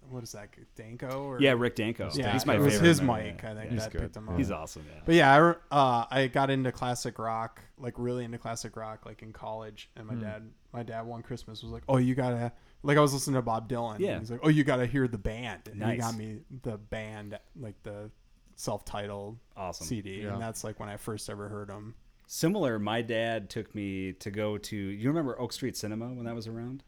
what is that, Danko? Or
yeah, Rick Danko.
yeah,
he's my
it
favorite.
was his
member,
mic.
yeah.
I think
Yeah.
that picked him up.
he's awesome. Yeah.
But yeah, I, re- uh, I got into classic rock, like really into classic rock, like in college. And my
Hmm.
dad, my dad one Christmas was like, "Oh, you gotta," like I was listening to Bob Dylan. and
Yeah.
he's like, "Oh, you gotta hear the band." And he
Nice.
got me the band, like the self-titled
Awesome.
CD,
Yeah.
and that's like when I first ever heard them.
Similar, my dad took me to go to. You remember Oak Street Cinema when that was around?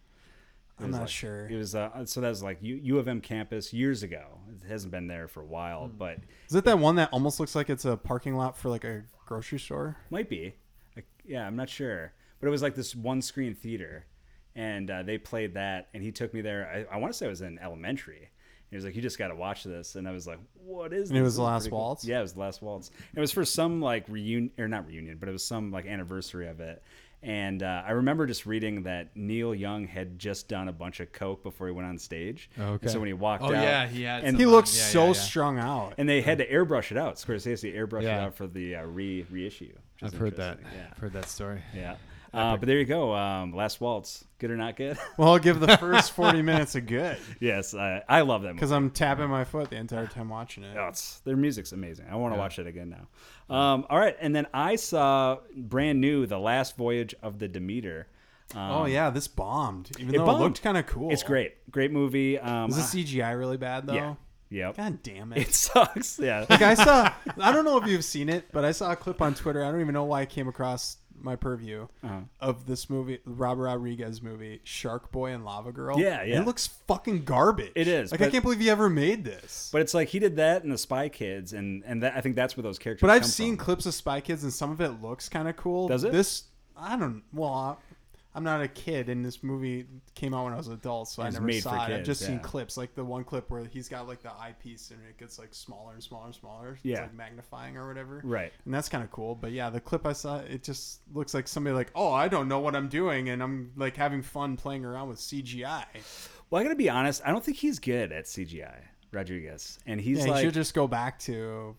It
I'm
was
not
like-
sure.
It was uh, so that was like U, U of M campus years ago. It hasn't been there for a while, but
Is it that one that almost looks like it's a parking lot for like a grocery store?
Might be. Like, yeah, I'm not sure. But it was like this one screen theater, and uh, they played that, and he took me there. I, I want to say I was in elementary. And he was like, "You just got to watch this," and I was like, "What is?"
And
this?
it was
This
The
is
Last
pretty cool."
Waltz?
Yeah, it was the last waltz. And it was for some like reunion or not reunion, but it was some like anniversary of it. And uh, I remember just reading that Neil Young had just done a bunch of coke before he went on stage.
Oh,
And so
okay.
when he walked
Oh,
out,
yeah, he had
and
He
Um,
looks
yeah,
so
yeah, yeah.
strung out.
and they had to airbrush it out. Scorsese airbrushed it
Yeah.
out for the uh, re reissue. which is
I've heard that.
interesting. Yeah.
I've heard that story.
Yeah. Uh, but there you go. Um, Last Waltz. Good or not good? [LAUGHS]
Well, I'll give the first 40 minutes a good
yes, I, I love that movie.
because I'm tapping my foot the entire time watching it.
Oh, it's- their music's amazing. I want to watch it again now. Um, all right. And then I saw brand new The Last Voyage of the Demeter. Um,
Oh yeah, this bombed. Oh, Even
it
though
bombed.
it looked kind of cool.
It's great. Great movie. Um,
Is the CGI really bad though?
yeah. Yep.
God damn it.
[LAUGHS] It sucks.
[LAUGHS]
Yeah.
Like I
[LAUGHS]
saw, I don't know if you've seen it, but I saw a clip on Twitter. I don't even know why I came across my purview
Uh-huh.
of this movie, Robert Rodriguez movie, Shark Boy and Lava Girl.
Yeah, yeah.
It looks fucking garbage.
It is,
Like I
but-
can't believe he ever made this. But,
But it's like he did that in The Spy Kids, and, and that, I think that's where those characters
I've
come
seen
from.
clips of Spy Kids, and some of it looks kind of cool.
Does it?
This I don't. Well, I- I'm not a kid, and this movie came out when I was an adult, so I
was
never
made for
saw it. I've
kids,
just seen
yeah.
clips, like the one clip where he's got like the eyepiece, and it gets like smaller and smaller and smaller. It's
Yeah.
like magnifying or whatever.
Right.
And that's kind of cool. But yeah, the clip I saw, it just looks like somebody like, oh, I don't know what I'm doing, and I'm like having fun playing around with CGI.
Well, I got to be honest. I don't think he's good at CGI, Rodriguez. And he's
Yeah, you
like
should just go back to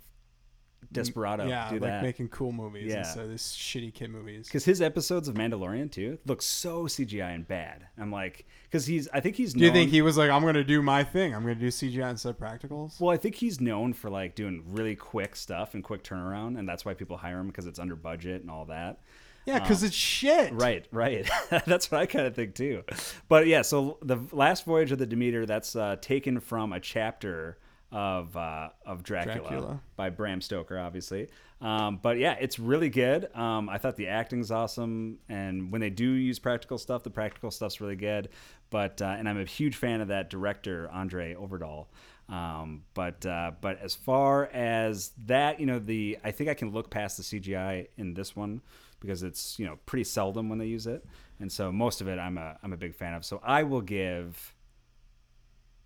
Desperado.
yeah,
do
like
that.
making cool movies
Yeah.
instead of these shitty kid movies.
because his episodes of Mandalorian too look so CGI and bad. I'm like, because he's, I think he's.
Do you
known-
think he was like, I'm going to do my thing? I'm going to do CGI instead of practicals?
Well, I think he's known for like doing really quick stuff and quick turnaround, and that's why people hire him because it's under budget and all that.
Yeah, because it's shit.
Right, right. [LAUGHS] that's what I kind of think too. But yeah, so the last voyage of the Demeter that's uh, taken from a chapter of uh, of Dracula,
Dracula.
by Bram Stoker, obviously. Um, but yeah, it's really good. Um, I thought the acting's awesome, and when they do use practical stuff, the practical stuff's really good. But uh, and I'm a huge fan of that director Andre Overdahl. Um, but uh, but as far as that, you know, the I think I can look past the CGI in this one because it's you know pretty seldom when they use it, and so most of it I'm a I'm a big fan of. So I will give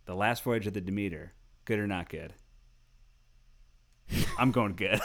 the Last Voyage of the Demeter good or not good. I'm going good.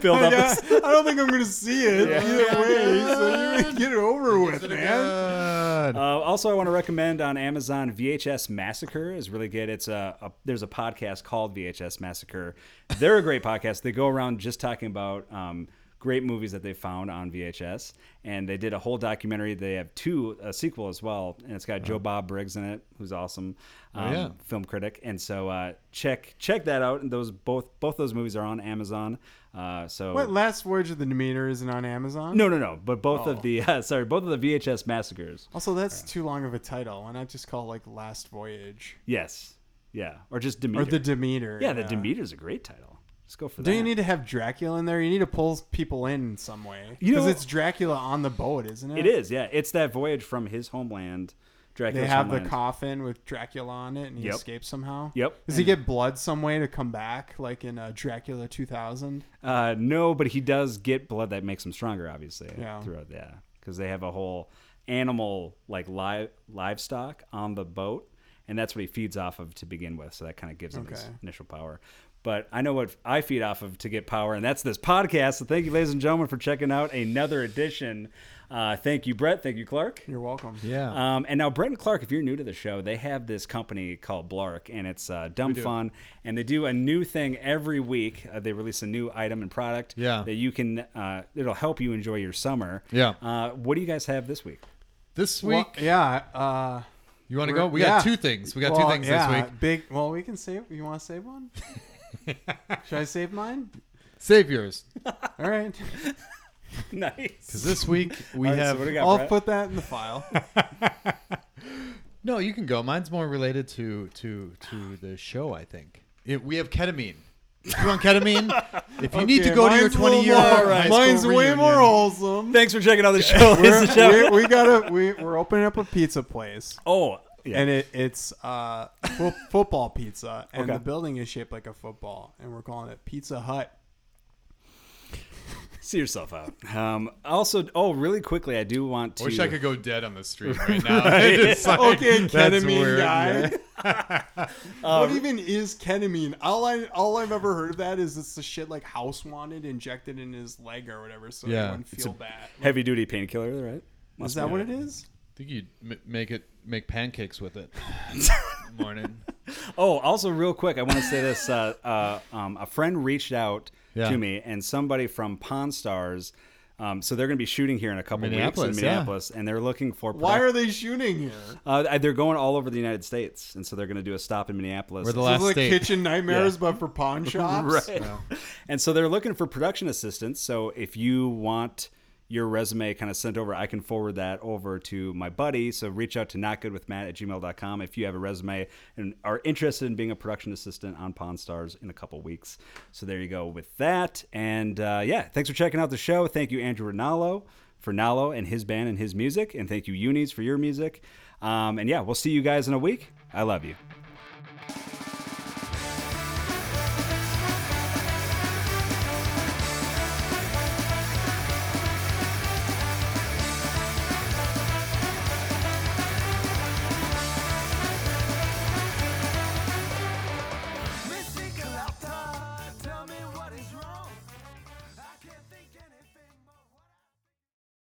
Build up.
[LAUGHS] Yeah, I don't think I'm going to see it either way. So you get it over with, man.
Good.
Uh, also, I want to recommend on Amazon VHS Massacre is really good. It's a, a there's a podcast called VHS Massacre. They're a great podcast. They go around just talking about um, great movies that they found on VHS, and they did a whole documentary. They have two a sequel as well, and it's got Joe Bob Briggs in it, who's awesome, um,
yeah.
film critic. And so uh, check check that out. And those both both those movies are on Amazon. Uh, so
What Last Voyage of the Demeter isn't on Amazon?
no no no, but both of the [LAUGHS] sorry both of the VHS massacres.
Also, that's too long of a title. Why not just call it like Last Voyage
Yes. Yeah. Or just Demeter.
or the Demeter?
yeah, the Demeter's a great title. Let's go for
Don't
that.
you need to have Dracula in there? You need to pull people in some way.
You know-
Because it's Dracula on the boat, isn't it?
it is, yeah. It's that voyage from his homeland,
They
Dracula's
have the
homeland.
coffin with Dracula on it, and he
Yep.
escapes somehow.
Yep.
Does he get blood some way to come back, like in uh, Dracula 2000?
Uh, no, but he does get blood that makes him stronger, obviously.
Yeah.
Throughout, yeah, because they have a whole animal like live livestock on the boat, and that's what he feeds off of to begin with. So that kind of gives him his
Okay.
initial power. But I know what I feed off of to get power, and that's this podcast. So thank you, ladies and gentlemen, for checking out another edition. Uh, thank you, Brett. Thank you, Clark.
You're welcome.
Yeah.
Um, and now Brett and Clark, if you're new to the show, they have this company called Blark, and it's uh, dumb fun. And they do a new thing every week. Uh, they release a new item and product.
Yeah.
That you can. Uh, it'll help you enjoy your summer.
Yeah.
Uh, what do you guys have this week? [LAUGHS]
this week,
Well, yeah. Uh,
you want to
we're-
go? We
yeah.
got two things. We got
well,
two things
yeah,
this week.
Big. Well, we can save. You want to save
[LAUGHS]
one? Should I save mine? [LAUGHS]
Save yours.
All
[LAUGHS]
right.
nice.
Because this week we
All right, so
have.
what do we got,
I'll
Brett?
put that in the
[LAUGHS]
file.
no, you can go. Mine's more related to to to the show. I think it, we have ketamine. You want ketamine?
[LAUGHS]
If you need to
Okay,
go to your
mine's a little
20 year
more-
high school
Mine's way
reunion-
more
[LAUGHS]
wholesome.
Thanks for checking out the show.
We're,
ladies and gentlemen.
we we gotta. We, we're opening up a pizza place.
[LAUGHS] oh. Yeah.
and it, it's uh,
[LAUGHS]
fo- football pizza, and
Okay.
the building is shaped like a football, and we're calling it Pizza Hut.
See yourself out. Um, also, oh, really quickly, I do want to.
I wish
[LAUGHS]
I could go dead on the street
[LAUGHS]
right now. [LAUGHS] It's like,
Okay,
that's
ketamine
weird,
guy.
yeah. Um,
what even is ketamine? All I all I've ever heard of that is it's the shit like House wanted injected in his leg or whatever, so
Yeah,
he wouldn't
it's
feel
a-
bad.
Heavy duty painkiller, right?
Is
Must
that
be
what it is?
I think you'd m- make it make pancakes
[LAUGHS]
with it. in the Morning.
Oh, also real quick, I want to say this. Uh, uh, um, a friend reached out
Yeah.
to me, and somebody from Pawn Stars. Um, so they're going to be shooting here in a couple weeks in
Minneapolis, yeah.
Minneapolis, and they're looking for.
Why
produ-
are they shooting here?
uh, they're going all over the United States, and so they're going to do a stop in Minneapolis.
We're the
This
last
is like
state.
kitchen nightmares, but for
[LAUGHS]
pawn shops.
right? And so they're looking for production assistants. So if you want your resume kind of sent over, I can forward that over to my buddy. So reach out to notgoodwithmatt at gmail.com if you have a resume and are interested in being a production assistant on Pawn Stars in a couple weeks. So there you go with that. And uh, yeah, thanks for checking out the show. Thank you, Andrew Rinaldo, for Nalo and his band and his music. And thank you, Unis, for your music. Um, and yeah, we'll see you guys in a week. I love you.